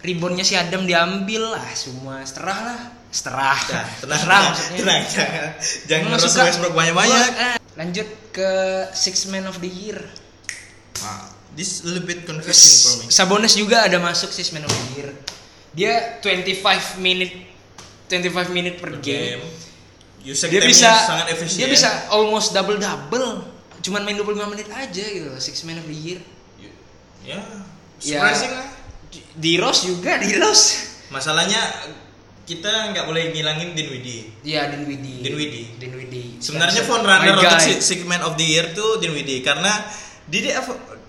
[SPEAKER 6] Ribonnya si Adam diambil lah semua seterah lah seterah
[SPEAKER 7] Dah, Nah, tenang,
[SPEAKER 6] Seterah
[SPEAKER 7] tenang,
[SPEAKER 6] maksudnya.
[SPEAKER 7] tenang, jangan, jangan
[SPEAKER 6] iya. Emang
[SPEAKER 7] ngerasa
[SPEAKER 6] suka?
[SPEAKER 7] Westbrook banyak-banyak.
[SPEAKER 6] Gua, eh, lanjut ke six man of the year
[SPEAKER 7] Nah, This a little bit confusing for me.
[SPEAKER 6] S- Sabonis juga ada masuk six man of the year dia 25 minute 25 minute per game,
[SPEAKER 7] Usage
[SPEAKER 6] dia
[SPEAKER 7] time-nya
[SPEAKER 6] bisa
[SPEAKER 7] sangat efisien.
[SPEAKER 6] dia bisa almost double double cuman main 25 menit aja gitu loh, six man of the year Ya.
[SPEAKER 7] Ya, surprising lah.
[SPEAKER 6] di Rose juga di Rose
[SPEAKER 7] Masalahnya kita nggak boleh ngilangin Dinwiddie.
[SPEAKER 6] Iya, Dinwiddie.
[SPEAKER 7] Dinwiddie.
[SPEAKER 6] Dinwiddie.
[SPEAKER 7] Sebenarnya
[SPEAKER 6] Siap-siap.
[SPEAKER 7] phone runner
[SPEAKER 6] My
[SPEAKER 7] untuk
[SPEAKER 6] guy.
[SPEAKER 7] se- segment of the year tuh Dinwiddie karena di di,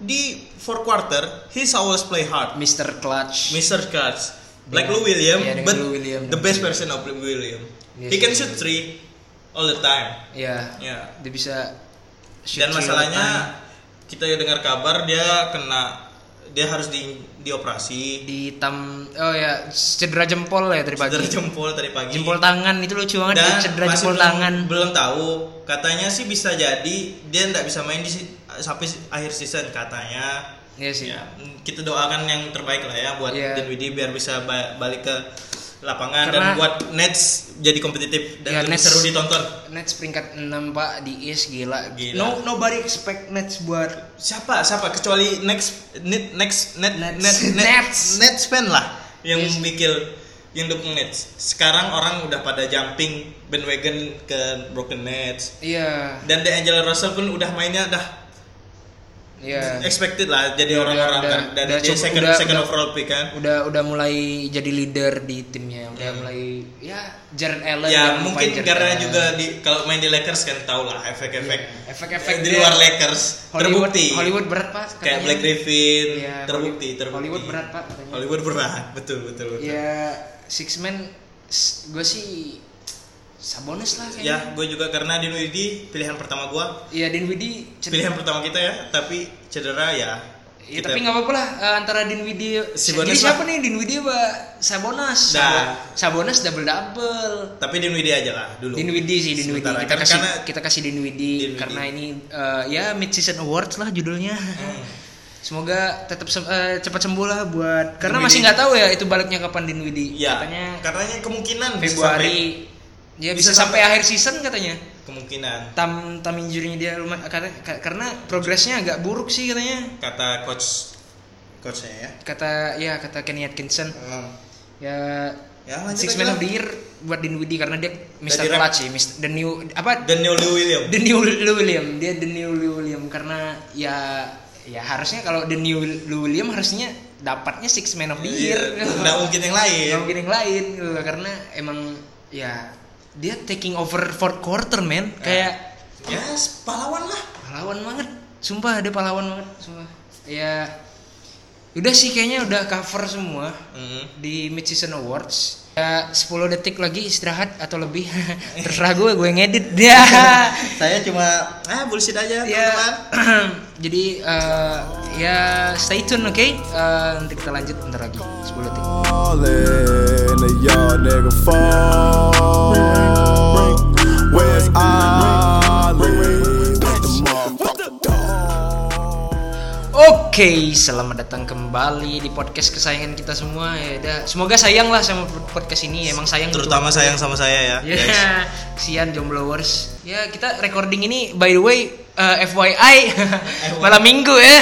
[SPEAKER 7] di fourth quarter he's always play hard.
[SPEAKER 6] Mr. Clutch.
[SPEAKER 7] Mr. Cards like
[SPEAKER 6] Iya.
[SPEAKER 7] Lou William,
[SPEAKER 6] Iya, dengan
[SPEAKER 7] but
[SPEAKER 6] Lou William. Iya
[SPEAKER 7] the best version of Lou William.
[SPEAKER 6] Yes,
[SPEAKER 7] He
[SPEAKER 6] yes.
[SPEAKER 7] can shoot three all the time.
[SPEAKER 6] Iya.
[SPEAKER 7] Ya.
[SPEAKER 6] Dia bisa shoot
[SPEAKER 7] Dan
[SPEAKER 6] three all the time.
[SPEAKER 7] masalahnya kita dengar kabar dia kena dia harus di dioperasi
[SPEAKER 6] di tam oh ya cedera jempol ya tadi pagi.
[SPEAKER 7] cedera jempol tadi pagi.
[SPEAKER 6] Jempol tangan itu lucu banget dia
[SPEAKER 7] dan
[SPEAKER 6] cedera
[SPEAKER 7] masih
[SPEAKER 6] jempol
[SPEAKER 7] belum,
[SPEAKER 6] tangan.
[SPEAKER 7] belum tahu katanya sih bisa jadi dia nggak bisa main di si- sampai si- akhir season katanya
[SPEAKER 6] Iya sih.
[SPEAKER 7] ya kita doakan yang terbaik lah ya buat
[SPEAKER 6] Iya.
[SPEAKER 7] Dinwiddie biar bisa ba- balik ke lapangan
[SPEAKER 6] Karena-
[SPEAKER 7] dan buat Nets jadi kompetitif dan
[SPEAKER 6] Iya,
[SPEAKER 7] lebih
[SPEAKER 6] Nets.
[SPEAKER 7] seru ditonton
[SPEAKER 6] Nets peringkat 6 Pak di East gila.
[SPEAKER 7] Gila.
[SPEAKER 6] No nobody expect Nets buat
[SPEAKER 7] siapa siapa kecuali next net next net net
[SPEAKER 6] Nets.
[SPEAKER 7] net
[SPEAKER 6] Nets.
[SPEAKER 7] Nets fan lah yang
[SPEAKER 6] Yes.
[SPEAKER 7] mikir yang dukung Nets sekarang orang udah pada jumping bandwagon ke Broken Nets
[SPEAKER 6] Iya.
[SPEAKER 7] dan DeAngelo Russell pun udah mainnya dah
[SPEAKER 6] Iya.
[SPEAKER 7] expected lah jadi
[SPEAKER 6] Udah,
[SPEAKER 7] orang-orang
[SPEAKER 6] udah,
[SPEAKER 7] kan dan
[SPEAKER 6] udah
[SPEAKER 7] dia
[SPEAKER 6] cukup,
[SPEAKER 7] second
[SPEAKER 6] udah,
[SPEAKER 7] second
[SPEAKER 6] udah.
[SPEAKER 7] overall pick kan
[SPEAKER 6] Udah udah mulai jadi leader di timnya. Udah
[SPEAKER 7] Hmm.
[SPEAKER 6] mulai ya Jared Allen
[SPEAKER 7] ya
[SPEAKER 6] yang kan.
[SPEAKER 7] mungkin
[SPEAKER 6] lupain Jared
[SPEAKER 7] karena
[SPEAKER 6] Allen.
[SPEAKER 7] juga di kalau main di Lakers kan tau lah efek-efek
[SPEAKER 6] Iya, efek-efek
[SPEAKER 7] di
[SPEAKER 6] dia.
[SPEAKER 7] luar Lakers
[SPEAKER 6] Hollywood,
[SPEAKER 7] terbukti
[SPEAKER 6] Hollywood berat Pak
[SPEAKER 7] kayak
[SPEAKER 6] katanya.
[SPEAKER 7] Black Griffin
[SPEAKER 6] Iya,
[SPEAKER 7] terbukti
[SPEAKER 6] Hollywood-
[SPEAKER 7] terbukti
[SPEAKER 6] Hollywood berat, Pak, katanya.
[SPEAKER 7] Hollywood berat betul betul betul
[SPEAKER 6] Ya six man gue sih Sabonis lah kayaknya.
[SPEAKER 7] Ya, gue juga karena Dinwiddie pilihan pertama gue,
[SPEAKER 6] Iya Dinwiddie cedera.
[SPEAKER 7] pilihan pertama kita ya, tapi cedera ya.
[SPEAKER 6] Ya, tapi nggak apa-apa lah eh, antara Dinwiddie
[SPEAKER 7] Sabonis
[SPEAKER 6] Jadi siapa
[SPEAKER 7] lah.
[SPEAKER 6] nih Dinwiddie apa Sabonis?
[SPEAKER 7] Dah.
[SPEAKER 6] Sabo- Sabonis double double.
[SPEAKER 7] Tapi Dinwiddie aja lah dulu.
[SPEAKER 6] Dinwiddie sih Dinwiddie.
[SPEAKER 7] Sementara,
[SPEAKER 6] Kita
[SPEAKER 7] kan karena-
[SPEAKER 6] kasih
[SPEAKER 7] karena-
[SPEAKER 6] kita kasih Dinwiddie,
[SPEAKER 7] Dinwiddie.
[SPEAKER 6] karena ini eh, ya mid season awards lah judulnya.
[SPEAKER 7] Hmm.
[SPEAKER 6] Semoga tetap sem- eh, cepat sembuh lah buat karena
[SPEAKER 7] Dinwiddie.
[SPEAKER 6] masih nggak tahu ya itu baliknya kapan Dinwiddie.
[SPEAKER 7] Ya,
[SPEAKER 6] Katanya
[SPEAKER 7] katanya kemungkinan bisa
[SPEAKER 6] Februari.
[SPEAKER 7] sampai-
[SPEAKER 6] Dia
[SPEAKER 7] bisa
[SPEAKER 6] bisa, sampai, akhir season katanya.
[SPEAKER 7] kemungkinan
[SPEAKER 6] Tam tam injurinya dia lumayan kata- ka- karena progresnya agak buruk sih katanya.
[SPEAKER 7] kata coach coachnya ya.
[SPEAKER 6] Kata ya kata Kenny Atkinson.
[SPEAKER 7] Hmm.
[SPEAKER 6] ya,
[SPEAKER 7] Ya, lanjut
[SPEAKER 6] six
[SPEAKER 7] aja
[SPEAKER 6] man
[SPEAKER 7] lah.
[SPEAKER 6] of the year buat Dinwiddie karena dia Mr.
[SPEAKER 7] direct.
[SPEAKER 6] Clutch sih, Mr. the new apa
[SPEAKER 7] Dan Neil William.
[SPEAKER 6] the new Lou William dia the new Lou William karena ya ya harusnya kalau the new Lou William harusnya dapatnya six man of the year
[SPEAKER 7] Iya, Nggak mungkin yang lain.
[SPEAKER 6] Iya, Nggak mungkin yang lain gitu loh, karena emang ya dia taking over fourth quarter man kayak
[SPEAKER 7] Ya, pahlawan lah.
[SPEAKER 6] pahlawan banget sumpah dia pahlawan banget sumpah ya udah sih kayaknya udah cover semua
[SPEAKER 7] Hmm.
[SPEAKER 6] di Mid Season Awards. Ya, 10 detik lagi istirahat atau lebih. Terserah gue, gue ngedit dia.
[SPEAKER 7] Saya cuma ah bullshit aja
[SPEAKER 6] ya.
[SPEAKER 7] teman-teman.
[SPEAKER 6] Jadi eh, ya stay tune oke. Eh, nanti kita lanjut bentar lagi 10 detik.
[SPEAKER 5] Fallin', a y'all nigga fall. Where's Ollie? Put the motherfucker down.
[SPEAKER 6] Oke, selamat datang kembali di podcast kesayangan kita semua. Ya, dah. semoga sayang lah sama podcast ini. Emang sayang gitu. betul.
[SPEAKER 7] Terutama sayang sama saya ya,
[SPEAKER 6] Ya,
[SPEAKER 7] guys.
[SPEAKER 6] sian jomblowers. Ya, kita recording ini by the way eh, FYI malam Minggu ya. ya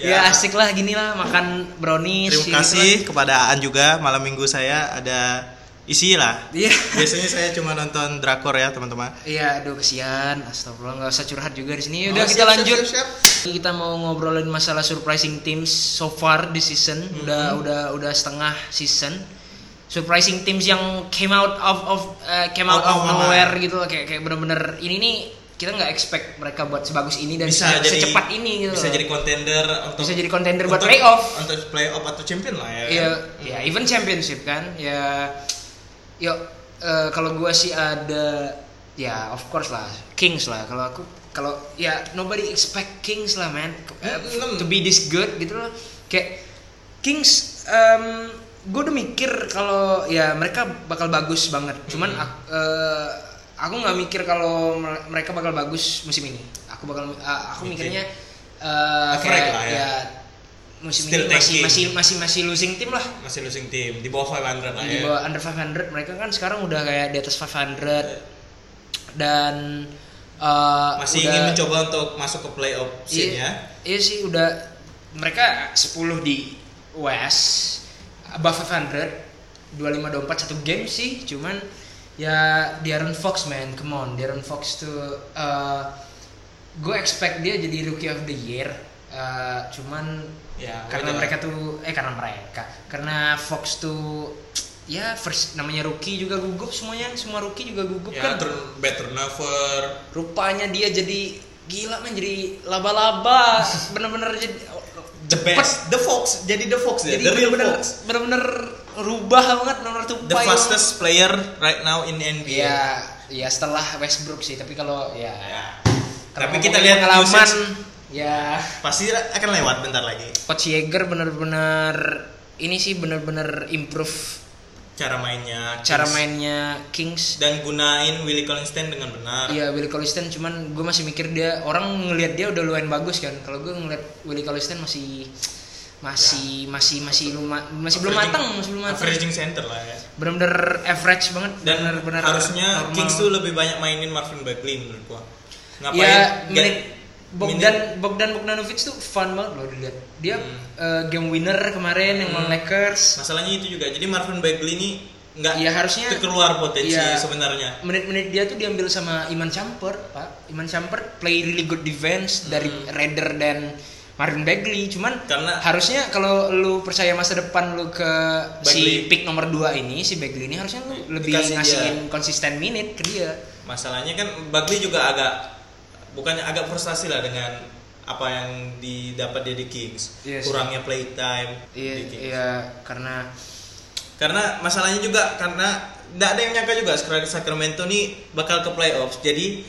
[SPEAKER 7] Ya.
[SPEAKER 6] asik lah gini lah makan brownies.
[SPEAKER 7] Terima kasih kepada Aan juga malam minggu saya ada isi lah.
[SPEAKER 6] Iya.
[SPEAKER 7] Biasanya saya cuma nonton drakor ya teman-teman.
[SPEAKER 6] Iya, aduh kesian. Astagfirullah nggak usah curhat juga di sini. Ya Udah
[SPEAKER 7] Oh,
[SPEAKER 6] kita
[SPEAKER 7] siap,
[SPEAKER 6] lanjut.
[SPEAKER 7] siap,
[SPEAKER 6] Kita mau ngobrolin masalah surprising teams so far this season.
[SPEAKER 7] Mhm.
[SPEAKER 6] Udah udah udah setengah season. Surprising teams yang came out of of uh, came out, of
[SPEAKER 7] Out of
[SPEAKER 6] nowhere gitu loh. kayak kayak bener-bener ini nih kita nggak expect mereka buat sebagus ini dan
[SPEAKER 7] Bisa
[SPEAKER 6] se-
[SPEAKER 7] jadi
[SPEAKER 6] secepat ini gitu.
[SPEAKER 7] Bisa
[SPEAKER 6] loh.
[SPEAKER 7] jadi contender untuk
[SPEAKER 6] Bisa jadi contender buat
[SPEAKER 7] untuk-
[SPEAKER 6] playoff.
[SPEAKER 7] Untuk playoff atau champion lah ya.
[SPEAKER 6] Iya, ya even championship kan. Ya yuk eh, kalau gua sih ada ya of course lah Kings lah kalau aku kalau ya nobody expect Kings lah man Eh,
[SPEAKER 7] Hmm.
[SPEAKER 6] to be this good gitu loh. Kayak Kings em gue udah mikir kalau ya mereka bakal bagus banget. Cuman ak- eh, aku nggak mikir kalau mer- mereka bakal bagus musim ini. Aku bakal eh, aku mikirnya eh,
[SPEAKER 7] Average
[SPEAKER 6] kayak
[SPEAKER 7] lah ya.
[SPEAKER 6] ya musim
[SPEAKER 7] Still
[SPEAKER 6] ini masih
[SPEAKER 7] tanking.
[SPEAKER 6] masih masih masih losing team lah
[SPEAKER 7] Masih losing team di bawah 500 lah
[SPEAKER 6] di
[SPEAKER 7] ya.
[SPEAKER 6] bawah under 500 mereka kan sekarang udah kayak di atas 500 dan uh,
[SPEAKER 7] Iya. Masih
[SPEAKER 6] udah-
[SPEAKER 7] ingin mencoba untuk masuk ke playoff scene
[SPEAKER 6] iya,
[SPEAKER 7] ya.
[SPEAKER 6] iya sih udah mereka 10 di West above 500 25 24 satu game sih cuman ya Darren Fox man come on Darren Fox tuh uh, gue expect dia jadi rookie of the year Uh, cuman
[SPEAKER 7] Ya,
[SPEAKER 6] karena
[SPEAKER 7] udah.
[SPEAKER 6] mereka tuh eh karena mereka karena Fox tuh ya first namanya rookie juga gugup semuanya semua rookie juga gugup
[SPEAKER 8] ya
[SPEAKER 6] kan
[SPEAKER 8] turn- bad turnover
[SPEAKER 6] rupanya dia jadi gila men jadi laba-laba bener-bener jadi
[SPEAKER 7] The best, the fox, jadi the fox ya,
[SPEAKER 6] jadi
[SPEAKER 7] the real
[SPEAKER 6] bener-bener
[SPEAKER 7] fox,
[SPEAKER 6] bener-bener rubah banget nomor tupai
[SPEAKER 7] the fastest player right now in NBA.
[SPEAKER 6] ya ya setelah Westbrook sih tapi kalau ya,
[SPEAKER 7] Ya.
[SPEAKER 6] kalau
[SPEAKER 7] Tapi kita
[SPEAKER 6] ngomongin
[SPEAKER 7] lihat
[SPEAKER 6] pengalaman
[SPEAKER 7] usage.
[SPEAKER 6] ya
[SPEAKER 7] Pasti akan lewat bentar lagi
[SPEAKER 6] Coach Yeager bener-bener ini sih bener-bener improve
[SPEAKER 7] cara mainnya,
[SPEAKER 6] cara
[SPEAKER 7] Kings.
[SPEAKER 6] mainnya Kings
[SPEAKER 7] dan gunain Willie Collins-Stein dengan benar.
[SPEAKER 6] Iya Willie Collison cuman gue masih mikir dia orang ngelihat dia udah lumayan bagus kan. Kalau gue ngelihat Willie Collison masih masih
[SPEAKER 7] Ya.
[SPEAKER 6] masih masih luma, masih belum
[SPEAKER 7] Averaging-
[SPEAKER 6] matang, masih belum matang.
[SPEAKER 7] Averaging center lah ya.
[SPEAKER 6] Benar-benar average banget,
[SPEAKER 7] Dan
[SPEAKER 6] benar-benar
[SPEAKER 7] harusnya
[SPEAKER 6] normal.
[SPEAKER 7] Kings tuh lebih banyak mainin Marvin Bagley menurut gua. Ngapain?
[SPEAKER 6] ya
[SPEAKER 7] get-
[SPEAKER 6] menit Bogdan Bogdan Bogdanovic tuh fun banget loh dilihat. Dia
[SPEAKER 7] Hmm.
[SPEAKER 6] eh, game winner kemarin yang lawan Lakers.
[SPEAKER 7] Masalahnya itu juga. Jadi Marvin Bagley ini nggak
[SPEAKER 6] Iya, harusnya-
[SPEAKER 7] keluar potensi
[SPEAKER 6] Iya.
[SPEAKER 7] sebenarnya.
[SPEAKER 6] Menit-menit dia tuh diambil sama Iman Champer, Pak. Iman Champer play really good defense dari Raider dan Marvin Bagley. Cuman
[SPEAKER 7] Hmm. Karena
[SPEAKER 6] harusnya kalau lu percaya masa depan lu ke si
[SPEAKER 7] Bagley.
[SPEAKER 6] pick nomor 2 ini si Bagley ini harusnya lu lebih
[SPEAKER 7] Dikasih
[SPEAKER 6] ngasihin konsisten minute ke dia
[SPEAKER 7] masalahnya kan Bagley juga agak bukannya agak frustasi lah dengan apa yang didapat dia di Kings.
[SPEAKER 6] Iya sih.
[SPEAKER 7] Kurangnya play time
[SPEAKER 6] iya
[SPEAKER 7] di Kings.
[SPEAKER 6] iya karena
[SPEAKER 7] Karena masalahnya juga karena nggak ada yang nyangka juga sekarang Sacramento nih bakal ke playoffs. Jadi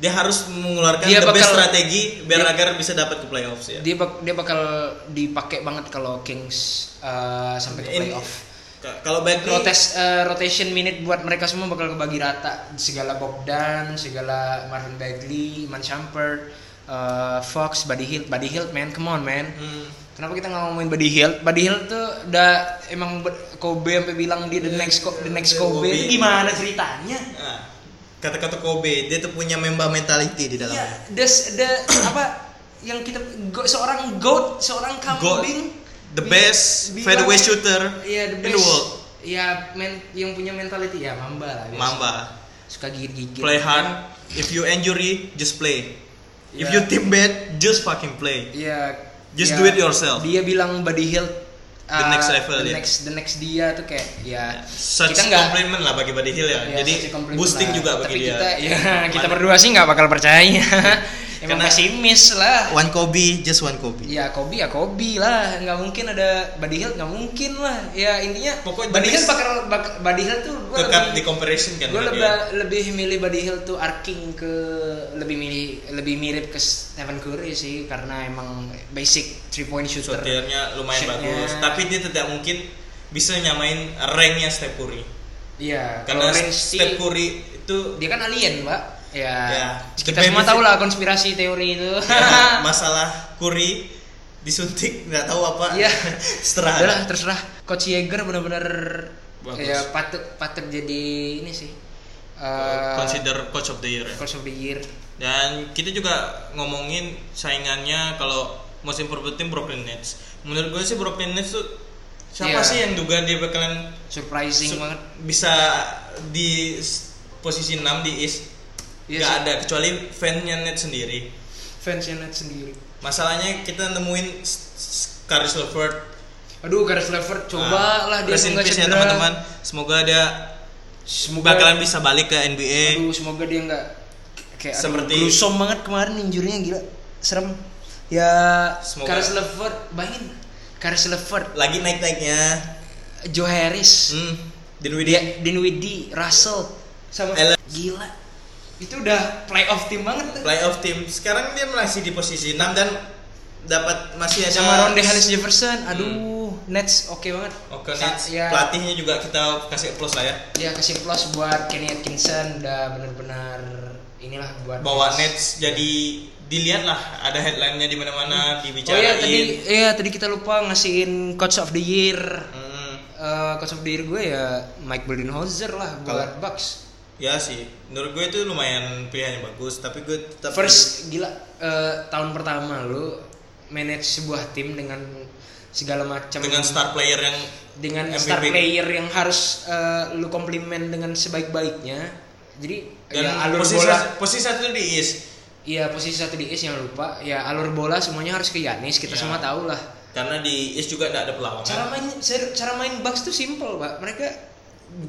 [SPEAKER 7] dia harus mengeluarkan
[SPEAKER 6] Dia
[SPEAKER 7] the best
[SPEAKER 6] bakal-
[SPEAKER 7] strategi biar
[SPEAKER 6] dia-
[SPEAKER 7] agar bisa dapat ke playoffs ya.
[SPEAKER 6] dia bak- dia bakal dipakai banget kalau Kings uh, sampai ke
[SPEAKER 7] In-
[SPEAKER 6] playoff
[SPEAKER 7] K- Kalau Bagley
[SPEAKER 6] Rotes, uh, rotation minute buat mereka semua bakal kebagi rata segala Bogdan segala Marvin Bagley Iman Shumpert uh, Fox Buddy Hield Buddy Hield man come on man
[SPEAKER 7] Hmm,
[SPEAKER 6] Kenapa kita nggak ngomongin Buddy Hield? Buddy Hield tuh udah emang ber- Kobe sampai bilang dia the next Ko- the next Kobe.
[SPEAKER 7] Iya, Kobe.
[SPEAKER 6] Itu gimana ceritanya?
[SPEAKER 7] nah, kata-kata Kobe dia tuh punya member mentality di
[SPEAKER 6] Ya,
[SPEAKER 7] dalamnya.
[SPEAKER 6] the the apa yang kita go- seorang goat, seorang kambing
[SPEAKER 7] the
[SPEAKER 6] bi-
[SPEAKER 7] best
[SPEAKER 6] bilang-
[SPEAKER 7] fadeaway shooter
[SPEAKER 6] Iya, the
[SPEAKER 7] in
[SPEAKER 6] best.
[SPEAKER 7] the world.
[SPEAKER 6] Iya, men- yang punya mentality ya Mamba lah. biasa.
[SPEAKER 7] Mamba.
[SPEAKER 6] Suka gigit-gigit.
[SPEAKER 7] Play hard. If you injury, just play. If
[SPEAKER 6] Ya.
[SPEAKER 7] you team bad, just fucking play.
[SPEAKER 6] Iya. iya,
[SPEAKER 7] Just do it yourself.
[SPEAKER 6] Dia bilang Buddy Hield
[SPEAKER 7] The next level,
[SPEAKER 6] the
[SPEAKER 7] ya.
[SPEAKER 6] next the next dia tuh kayak ya
[SPEAKER 7] Such
[SPEAKER 6] kita nggak
[SPEAKER 7] compliment lah bagi Buddy Hill ya.
[SPEAKER 6] Ya, kasih
[SPEAKER 7] Jadi
[SPEAKER 6] komplimen
[SPEAKER 7] boosting
[SPEAKER 6] lah.
[SPEAKER 7] juga bagi
[SPEAKER 6] Tapi
[SPEAKER 7] dia.
[SPEAKER 6] kita ya kita
[SPEAKER 7] Mana- Iya.
[SPEAKER 6] berdua sih nggak bakal percaya emang
[SPEAKER 7] Karena-
[SPEAKER 6] pesimis lah
[SPEAKER 7] One Kobe, just one Kobe.
[SPEAKER 6] ya Kobe ya Kobe lah nggak mungkin ada Buddy Hill nggak mungkin lah ya intinya
[SPEAKER 7] Pokoknya
[SPEAKER 6] Buddy Hill
[SPEAKER 7] jenis-
[SPEAKER 6] bakal bak- Buddy Hield tuh gue
[SPEAKER 7] Kekat di
[SPEAKER 6] lebih
[SPEAKER 7] comparison kan
[SPEAKER 6] gue
[SPEAKER 7] sama
[SPEAKER 6] lebih
[SPEAKER 7] dia.
[SPEAKER 6] lebih milih Buddy Hill tuh arcing ke lebih milih lebih mirip ke Stephen Curry sih karena emang basic three point shooter
[SPEAKER 7] Shooternya lumayan
[SPEAKER 6] Shootnya-
[SPEAKER 7] bagus, tapi dia tidak mungkin bisa nyamain ranknya Steph Curry.
[SPEAKER 6] Iya,
[SPEAKER 7] Karena
[SPEAKER 6] kalau range sih
[SPEAKER 7] Steph Curry itu
[SPEAKER 6] dia kan alien, Pak. Ya.
[SPEAKER 7] Ya,
[SPEAKER 6] Kita
[SPEAKER 7] the
[SPEAKER 6] semua
[SPEAKER 7] benefit-
[SPEAKER 6] tahu lah konspirasi teori itu.
[SPEAKER 7] ya,
[SPEAKER 6] Iya.
[SPEAKER 7] masalah Curry disuntik nggak tahu apa.
[SPEAKER 6] Iya. Udahlah,
[SPEAKER 7] Setelah
[SPEAKER 6] terserah. Coach Yeager benar-benar
[SPEAKER 7] Bagus.
[SPEAKER 6] ya patut patut jadi ini sih. Eh,
[SPEAKER 7] consider coach of the year. ya.
[SPEAKER 6] coach of the year.
[SPEAKER 7] Dan kita juga ngomongin saingannya kalau most improved team Brooklyn Nets. Menurut gue sih Brooklyn Nets tuh siapa
[SPEAKER 6] Iya.
[SPEAKER 7] sih yang duga dia bakalan
[SPEAKER 6] Surprising
[SPEAKER 7] su-
[SPEAKER 6] banget.
[SPEAKER 7] bisa di s- posisi 6 di East?
[SPEAKER 6] Iya
[SPEAKER 7] Nggak
[SPEAKER 6] sih.
[SPEAKER 7] ada kecuali fansnya Nets sendiri.
[SPEAKER 6] Fansnya Nets sendiri.
[SPEAKER 7] Masalahnya kita nemuin s- s- Caris LeVert.
[SPEAKER 6] Aduh, Gareth Levert coba lah dia
[SPEAKER 7] rest in
[SPEAKER 6] nggak
[SPEAKER 7] peace ya
[SPEAKER 6] cedera.
[SPEAKER 7] teman-teman. Semoga dia
[SPEAKER 6] Semoga
[SPEAKER 7] bakalan bisa balik ke NBA.
[SPEAKER 6] Aduh, semoga dia nggak kayak
[SPEAKER 7] Seperti-
[SPEAKER 6] seperti grusom banget kemarin injurinya gila. Serem. Ya,
[SPEAKER 7] Semoga-
[SPEAKER 6] Karis Levert, bayangin. Karis Levert,
[SPEAKER 7] Lagi naik-naiknya.
[SPEAKER 6] Joe Harris,
[SPEAKER 7] Hmm.
[SPEAKER 6] dia
[SPEAKER 7] Dinwiddie.
[SPEAKER 6] Dinwiddie, Russell sama
[SPEAKER 7] Allen.
[SPEAKER 6] gila. Itu udah playoff team banget tuh.
[SPEAKER 7] playoff team. Sekarang dia masih di posisi 6 dan dapat masih ada
[SPEAKER 6] sama Ronde Hollis Jefferson. Aduh, Nets oke banget.
[SPEAKER 7] Hmm. Oke,
[SPEAKER 6] Sa-
[SPEAKER 7] Nets.
[SPEAKER 6] Ya,
[SPEAKER 7] pelatihnya juga kita kasih plus lah ya.
[SPEAKER 6] ya kasih plus buat Kenny Atkinson udah benar-benar inilah buat
[SPEAKER 7] Bawa Nets jadi dilihat lah ada headline-nya di mana-mana
[SPEAKER 6] Oh iya
[SPEAKER 7] dibicarain.
[SPEAKER 6] tadi iya tadi kita lupa ngasihin coach of the year.
[SPEAKER 7] Hmm,
[SPEAKER 6] Eh, coach of the year gue ya Mike Budenholzer lah buat Bucks.
[SPEAKER 7] ya sih, menurut gue itu lumayan pilihannya bagus, tapi gue tetap
[SPEAKER 6] First gila eh, tahun pertama lu manage sebuah tim dengan segala macam
[SPEAKER 7] dengan star player yang
[SPEAKER 6] dengan
[SPEAKER 7] MVP.
[SPEAKER 6] star player yang harus eh, lu komplimen dengan sebaik-baiknya. Jadi
[SPEAKER 7] dan
[SPEAKER 6] ya alur
[SPEAKER 7] posisi
[SPEAKER 6] bola
[SPEAKER 7] posisi satu di East.
[SPEAKER 6] Iya posisi satu di East yang lupa. Ya alur bola semuanya harus ke Yanis. Kita
[SPEAKER 7] Ya.
[SPEAKER 6] semua tahu lah.
[SPEAKER 8] Karena di East juga tidak ada perlawanan.
[SPEAKER 6] Cara main ser- cara main Bucks tuh simple, Pak. Mereka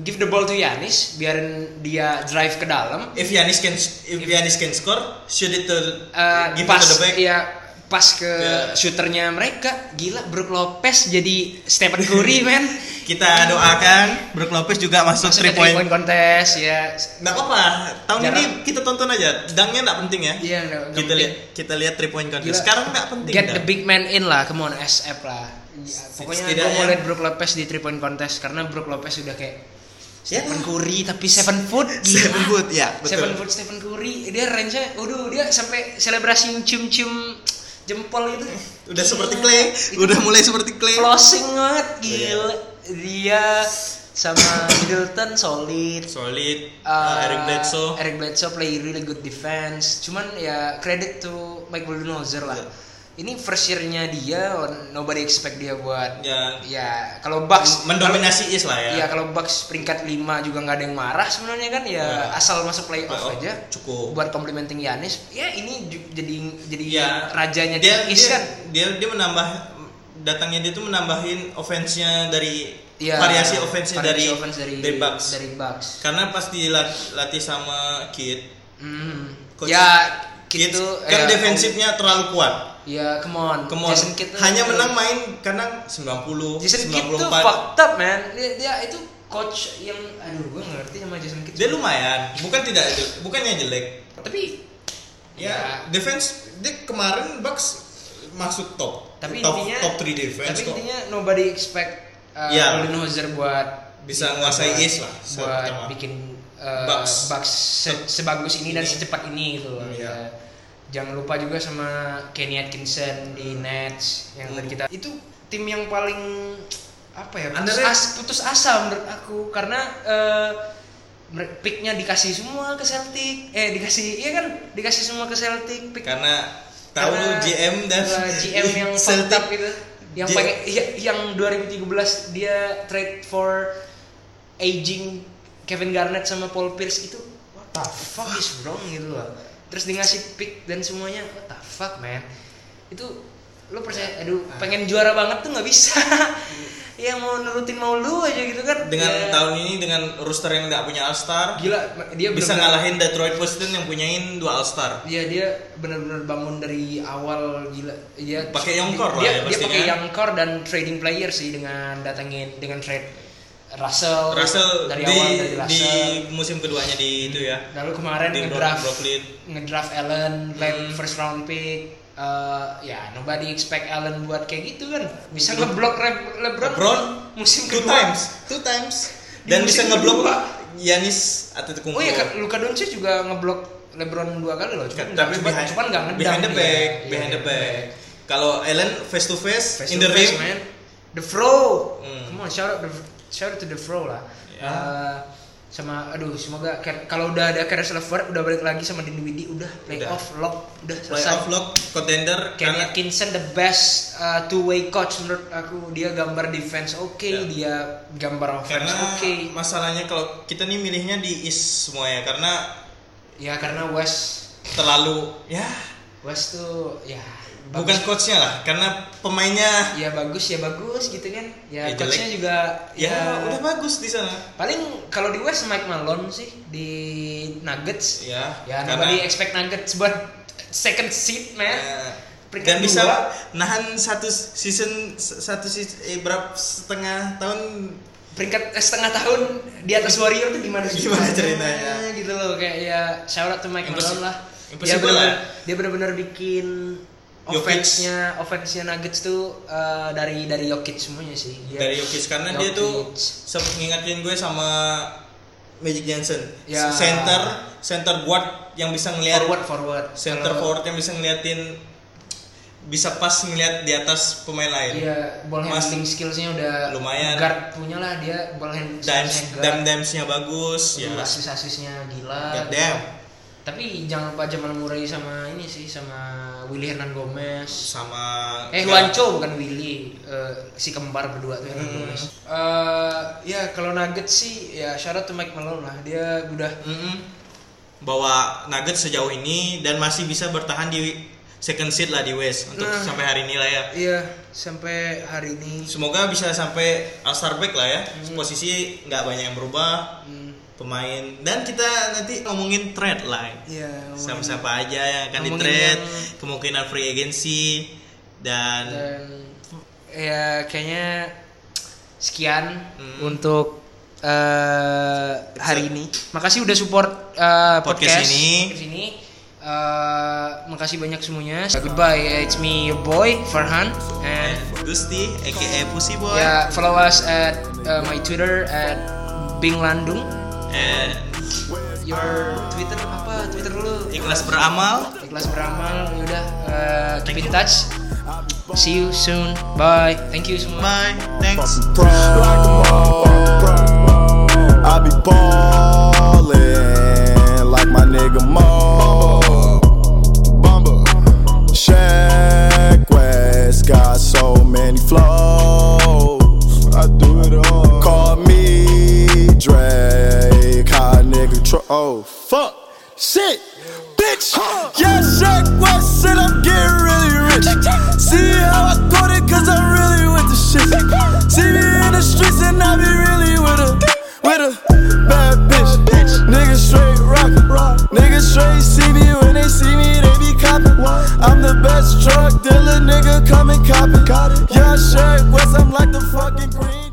[SPEAKER 6] give the ball to Yanis, biarin dia drive ke dalam.
[SPEAKER 7] If Yanis can if Yanis can score, shoot it to
[SPEAKER 6] Eh,
[SPEAKER 7] give
[SPEAKER 6] pas
[SPEAKER 7] it to Gitu the back.
[SPEAKER 6] ya pas ke
[SPEAKER 7] Ya.
[SPEAKER 6] shooternya mereka gila Brook Lopez jadi Stephen Curry men
[SPEAKER 7] Kita doakan Brook Lopez juga masuk
[SPEAKER 6] maksudnya three
[SPEAKER 7] 3 point.
[SPEAKER 6] point contest ya
[SPEAKER 7] Nggak apa-apa. Tahun
[SPEAKER 6] Jarang.
[SPEAKER 7] ini kita tonton aja. Dangnya nggak penting ya.
[SPEAKER 6] Iya, nggak- nggak
[SPEAKER 7] kita
[SPEAKER 6] penting.
[SPEAKER 7] lihat kita lihat three point
[SPEAKER 6] Gila.
[SPEAKER 7] contest. Sekarang nggak penting.
[SPEAKER 6] get
[SPEAKER 7] dah.
[SPEAKER 6] the big man in lah come on SF lah Ya, pokoknya gue
[SPEAKER 7] Setidaknya-
[SPEAKER 6] mau liat Brook Lopez di three point contest karena Brook Lopez sudah kayak
[SPEAKER 7] Ya.
[SPEAKER 6] Stephen Curry tapi seven foot gila.
[SPEAKER 7] Seven foot, ya, betul.
[SPEAKER 6] Seven foot Stephen Curry Eh, dia range nya waduh dia sampai selebrasi cium-cium jempol gitu
[SPEAKER 7] Udah seperti Clay. Udah mulai seperti Clay.
[SPEAKER 6] closing banget
[SPEAKER 7] Oh, iya.
[SPEAKER 6] gila dia sama Middleton solid
[SPEAKER 7] Solid.
[SPEAKER 6] Uh,
[SPEAKER 7] Uh, Eric Bledsoe.
[SPEAKER 6] Eric Bledsoe play really good defense. Cuman ya credit to Mike Budenholzer lah.
[SPEAKER 7] Iya.
[SPEAKER 6] Ini first year-nya dia, nobody expect dia buat
[SPEAKER 7] Ya.
[SPEAKER 6] ya kalau Bucks
[SPEAKER 7] Mendominasi East lah ya.
[SPEAKER 6] Iya kalau Bucks peringkat 5 juga nggak ada yang marah sebenarnya kan ya
[SPEAKER 7] Ya.
[SPEAKER 6] asal masuk playoff
[SPEAKER 7] Playoff
[SPEAKER 6] aja
[SPEAKER 7] cukup.
[SPEAKER 6] buat complimenting Yanis ya ini ju- jadi jadi
[SPEAKER 7] Iya.
[SPEAKER 6] rajanya di
[SPEAKER 7] dia,
[SPEAKER 6] East
[SPEAKER 7] dia,
[SPEAKER 6] kan
[SPEAKER 7] dia dia menambah datangnya dia tuh menambahin offense-nya dari
[SPEAKER 6] Iya,
[SPEAKER 7] variasi offense-nya
[SPEAKER 6] variasi
[SPEAKER 7] dari,
[SPEAKER 6] offense dari
[SPEAKER 7] dari Bucks.
[SPEAKER 6] dari Bucks.
[SPEAKER 7] Karena pas dilatih sama Kid,
[SPEAKER 6] Hmm.
[SPEAKER 7] Coach-
[SPEAKER 6] ya
[SPEAKER 7] Kid
[SPEAKER 6] gitu ya,
[SPEAKER 7] kan defensifnya terlalu kuat.
[SPEAKER 6] Ya, come on.
[SPEAKER 7] Come on.
[SPEAKER 6] Jason Kidd tuh-
[SPEAKER 7] hanya menang main kadang 90,
[SPEAKER 6] Jason Kidd tuh
[SPEAKER 7] 94.
[SPEAKER 6] fucked up, man. Dia, dia itu coach yang aduh gue ngerti sama Jason Kidd.
[SPEAKER 7] Dia lumayan, bukan tidak bukannya jelek.
[SPEAKER 6] Tapi
[SPEAKER 7] Ya, defense dia kemarin Bucks masuk top.
[SPEAKER 6] tapi
[SPEAKER 7] top,
[SPEAKER 6] intinya
[SPEAKER 7] top 3 defense
[SPEAKER 6] Tapi
[SPEAKER 7] kok.
[SPEAKER 6] intinya nobody expect uh,
[SPEAKER 7] Iya.
[SPEAKER 6] Budenholzer buat
[SPEAKER 7] Bisa menguasai
[SPEAKER 6] buat-
[SPEAKER 7] East lah, se-
[SPEAKER 6] buat
[SPEAKER 7] pertama.
[SPEAKER 6] bikin uh,
[SPEAKER 7] Bucks.
[SPEAKER 6] Bucks, se- sebagus ini, dan
[SPEAKER 7] Ini.
[SPEAKER 6] secepat ini gitu loh.
[SPEAKER 7] Hmm,
[SPEAKER 6] ya.
[SPEAKER 7] iya.
[SPEAKER 6] Jangan lupa juga sama Kenny Atkinson di
[SPEAKER 7] Hmm.
[SPEAKER 6] Nets yang tadi kita itu tim yang paling apa ya putus,
[SPEAKER 7] Underrated.
[SPEAKER 6] as- putus asa menurut aku karena uh, mere- picknya dikasih semua ke Celtic eh dikasih iya kan dikasih semua ke Celtic pick
[SPEAKER 7] Karena tahu
[SPEAKER 6] Karena,
[SPEAKER 7] GM dan
[SPEAKER 6] eh, GM yang gitu. fucked up
[SPEAKER 7] Celtic
[SPEAKER 6] itu yang
[SPEAKER 7] Dia-
[SPEAKER 6] pengen ya- yang 2013 dia trade for aging Kevin Garnett sama Paul Pierce itu what the fuck is wrong gitu loh terus dia ngasih pick dan semuanya what the fuck man itu lo
[SPEAKER 7] Eh,
[SPEAKER 6] percaya aduh pengen juara banget tuh nggak bisa ya mau nurutin mau lu aja gitu kan
[SPEAKER 7] dengan
[SPEAKER 6] Ya,
[SPEAKER 7] tahun ini dengan roster yang nggak punya All Star
[SPEAKER 6] gila dia
[SPEAKER 7] bisa
[SPEAKER 6] bener-bener-
[SPEAKER 7] ngalahin Detroit Pistons yang punyain dua All Star.
[SPEAKER 6] Iya dia benar-benar bangun dari awal gila. Iya.
[SPEAKER 7] Pakai young core lah
[SPEAKER 6] dia,
[SPEAKER 7] ya
[SPEAKER 6] Dia
[SPEAKER 7] pastinya.
[SPEAKER 6] pakai young core dan trading player sih dengan datangin dengan trade Russell,
[SPEAKER 7] Russell
[SPEAKER 6] dari
[SPEAKER 7] di,
[SPEAKER 6] awal dari
[SPEAKER 7] di
[SPEAKER 6] Russell.
[SPEAKER 7] musim keduanya di itu ya.
[SPEAKER 6] Lalu kemarin
[SPEAKER 7] di
[SPEAKER 6] ngedraft
[SPEAKER 7] Brooklyn. Hmm.
[SPEAKER 6] ngedraft Allen late first round pick. Eh, ya nobody expect Allen buat kayak gitu kan. Bisa ngeblok Le- LeBron,
[SPEAKER 7] LeBron
[SPEAKER 6] Kan musim
[SPEAKER 7] Two
[SPEAKER 6] kedua.
[SPEAKER 7] times, two times.
[SPEAKER 6] Di
[SPEAKER 7] Dan
[SPEAKER 6] musim
[SPEAKER 7] bisa ngeblok
[SPEAKER 6] kedua.
[SPEAKER 7] Pak Yanis Antetokounmpo.
[SPEAKER 6] Oh iya, Kak, Luka Doncic juga ngeblok LeBron dua kali loh. Cuman,
[SPEAKER 7] Kan, tapi
[SPEAKER 6] cuman,
[SPEAKER 7] behind,
[SPEAKER 6] cuman nggak ngedang
[SPEAKER 7] behind the
[SPEAKER 6] dia.
[SPEAKER 7] back,
[SPEAKER 6] Iya,
[SPEAKER 7] behind the back. Kalau Allen face to face,
[SPEAKER 6] Face
[SPEAKER 7] in
[SPEAKER 6] to
[SPEAKER 7] the
[SPEAKER 6] face,
[SPEAKER 7] rim,
[SPEAKER 6] man. The Fro.
[SPEAKER 7] Hmm.
[SPEAKER 6] Come on, shout out the shout out to the Fro lah.
[SPEAKER 7] Ya.
[SPEAKER 6] Eh, sama aduh semoga Ker- kalau udah ada Karis Lever udah balik lagi sama Dinwiddie udah playoff lock udah selesai.
[SPEAKER 7] playoff lock contender
[SPEAKER 6] Kenny
[SPEAKER 7] karena
[SPEAKER 6] Atkinson the best two way coach menurut aku dia gambar defense oke
[SPEAKER 7] Ya.
[SPEAKER 6] dia gambar offense
[SPEAKER 7] karena
[SPEAKER 6] oke
[SPEAKER 7] masalahnya kalau kita nih milihnya di East semua ya karena
[SPEAKER 6] ya karena West
[SPEAKER 7] terlalu ya
[SPEAKER 6] West tuh ya
[SPEAKER 7] bukan coachnya lah karena pemainnya
[SPEAKER 6] ya bagus ya bagus gitu kan ya,
[SPEAKER 7] Ya, jelek.
[SPEAKER 6] coachnya juga
[SPEAKER 7] ya, udah bagus di sana
[SPEAKER 6] Paling kalau di West Mike Malone sih di Nuggets.
[SPEAKER 7] Ya,
[SPEAKER 6] Ya
[SPEAKER 7] karena-
[SPEAKER 6] nobody expect Nuggets buat second seat man.
[SPEAKER 7] Eh,
[SPEAKER 6] Peringkat
[SPEAKER 7] dan bisa
[SPEAKER 6] dua.
[SPEAKER 7] nahan satu season satu season eh, berapa setengah tahun
[SPEAKER 6] Peringkat eh, setengah tahun di atas Warrior tuh gimana sih?
[SPEAKER 7] Gimana ceritanya?
[SPEAKER 6] Gitu loh kayak ya shout out to Mike
[SPEAKER 7] Impossi-
[SPEAKER 6] Malone lah. Dia
[SPEAKER 7] impossible
[SPEAKER 6] benar
[SPEAKER 7] lah.
[SPEAKER 6] dia benar-benar bikin
[SPEAKER 7] Jokic.
[SPEAKER 6] offense-nya offense-nya Nuggets tuh eh, dari dari Jokic semuanya sih. Dia-
[SPEAKER 7] dari Jokic karena dia tuh
[SPEAKER 6] Iya. Jokic.
[SPEAKER 7] sempat ngingatin gue sama Magic Johnson
[SPEAKER 6] Ya.
[SPEAKER 7] center center guard yang bisa ngelihat
[SPEAKER 6] forward forward
[SPEAKER 7] center
[SPEAKER 6] Kalau-
[SPEAKER 7] forward yang bisa ngeliatin bisa pas ngelihat di atas pemain lain
[SPEAKER 6] Iya, ball
[SPEAKER 7] Mas-
[SPEAKER 6] handling skillsnya udah
[SPEAKER 7] lumayan.
[SPEAKER 6] Guard punya lah dia ball handling
[SPEAKER 7] dimes
[SPEAKER 6] skillsnya guard. Iya.
[SPEAKER 7] dime dimesnya bagus ya
[SPEAKER 6] Aduh, asis-asisnya gila.
[SPEAKER 7] God damn.
[SPEAKER 6] Tapi jangan lupa Jamal Murray sama ini sih sama Willy Hernan Gomez.
[SPEAKER 7] sama
[SPEAKER 6] Eh
[SPEAKER 7] ya,
[SPEAKER 6] Juancho bukan Willy, eh, si kembar berdua tuh
[SPEAKER 7] Hmm.
[SPEAKER 6] Hernan Gomez. Eh, ya kalau Nuggets sih ya shout out to Mike Malone lah. Dia udah
[SPEAKER 7] mm-mm, bawa Nuggets sejauh ini dan masih bisa bertahan di second seed lah di West untuk
[SPEAKER 6] Nah.
[SPEAKER 7] sampai hari ini lah ya.
[SPEAKER 6] Iya, sampai hari ini.
[SPEAKER 7] Semoga bisa sampai All Star break lah ya. Posisi nggak banyak yang berubah
[SPEAKER 6] Hmm,
[SPEAKER 7] pemain dan kita nanti ngomongin trade lah.
[SPEAKER 6] Iya.
[SPEAKER 7] Sama siapa aja yang akan di
[SPEAKER 6] Ngomongin
[SPEAKER 7] trade,
[SPEAKER 6] yang-
[SPEAKER 7] kemungkinan free agency dan
[SPEAKER 6] Dan ya kayaknya sekian
[SPEAKER 7] Hmm.
[SPEAKER 6] untuk eh, hari ini. Makasih udah support eh, podcast,
[SPEAKER 7] Podcast ini.
[SPEAKER 6] Podcast ini. Eh, makasih banyak semuanya. Goodbye. ya, It's me your boy Farhan and
[SPEAKER 7] Gusti aka Pussy Boy
[SPEAKER 6] Yeah, follow us at uh, my Twitter at Bing Landung.
[SPEAKER 7] and
[SPEAKER 6] Your Twitter apa? Twitter dulu.
[SPEAKER 7] ikhlas beramal.
[SPEAKER 6] Ikhlas beramal. Yaudah, uh, keep in touch. See you soon. Bye. Thank you semua.
[SPEAKER 7] Bye. Thanks.
[SPEAKER 5] Fucking pro, like them all. I be ballin' like my nigga Mo. Bumba, Shaq West got so many flows. I do it all. Call me Drake, hot nigga. Tro- oh fuck, shit, bitch. Yeah, Shaq West said I'm getting really rich. See how I got it, cause I'm really with the shit. See me in the streets and I be really with a, with a bad bitch. Niggas straight rockin', niggas straight see me when they see me, they be coppin'. I'm the best drug dealer, nigga, come and cop it. Yeah, Shaq West, I'm like the fucking green.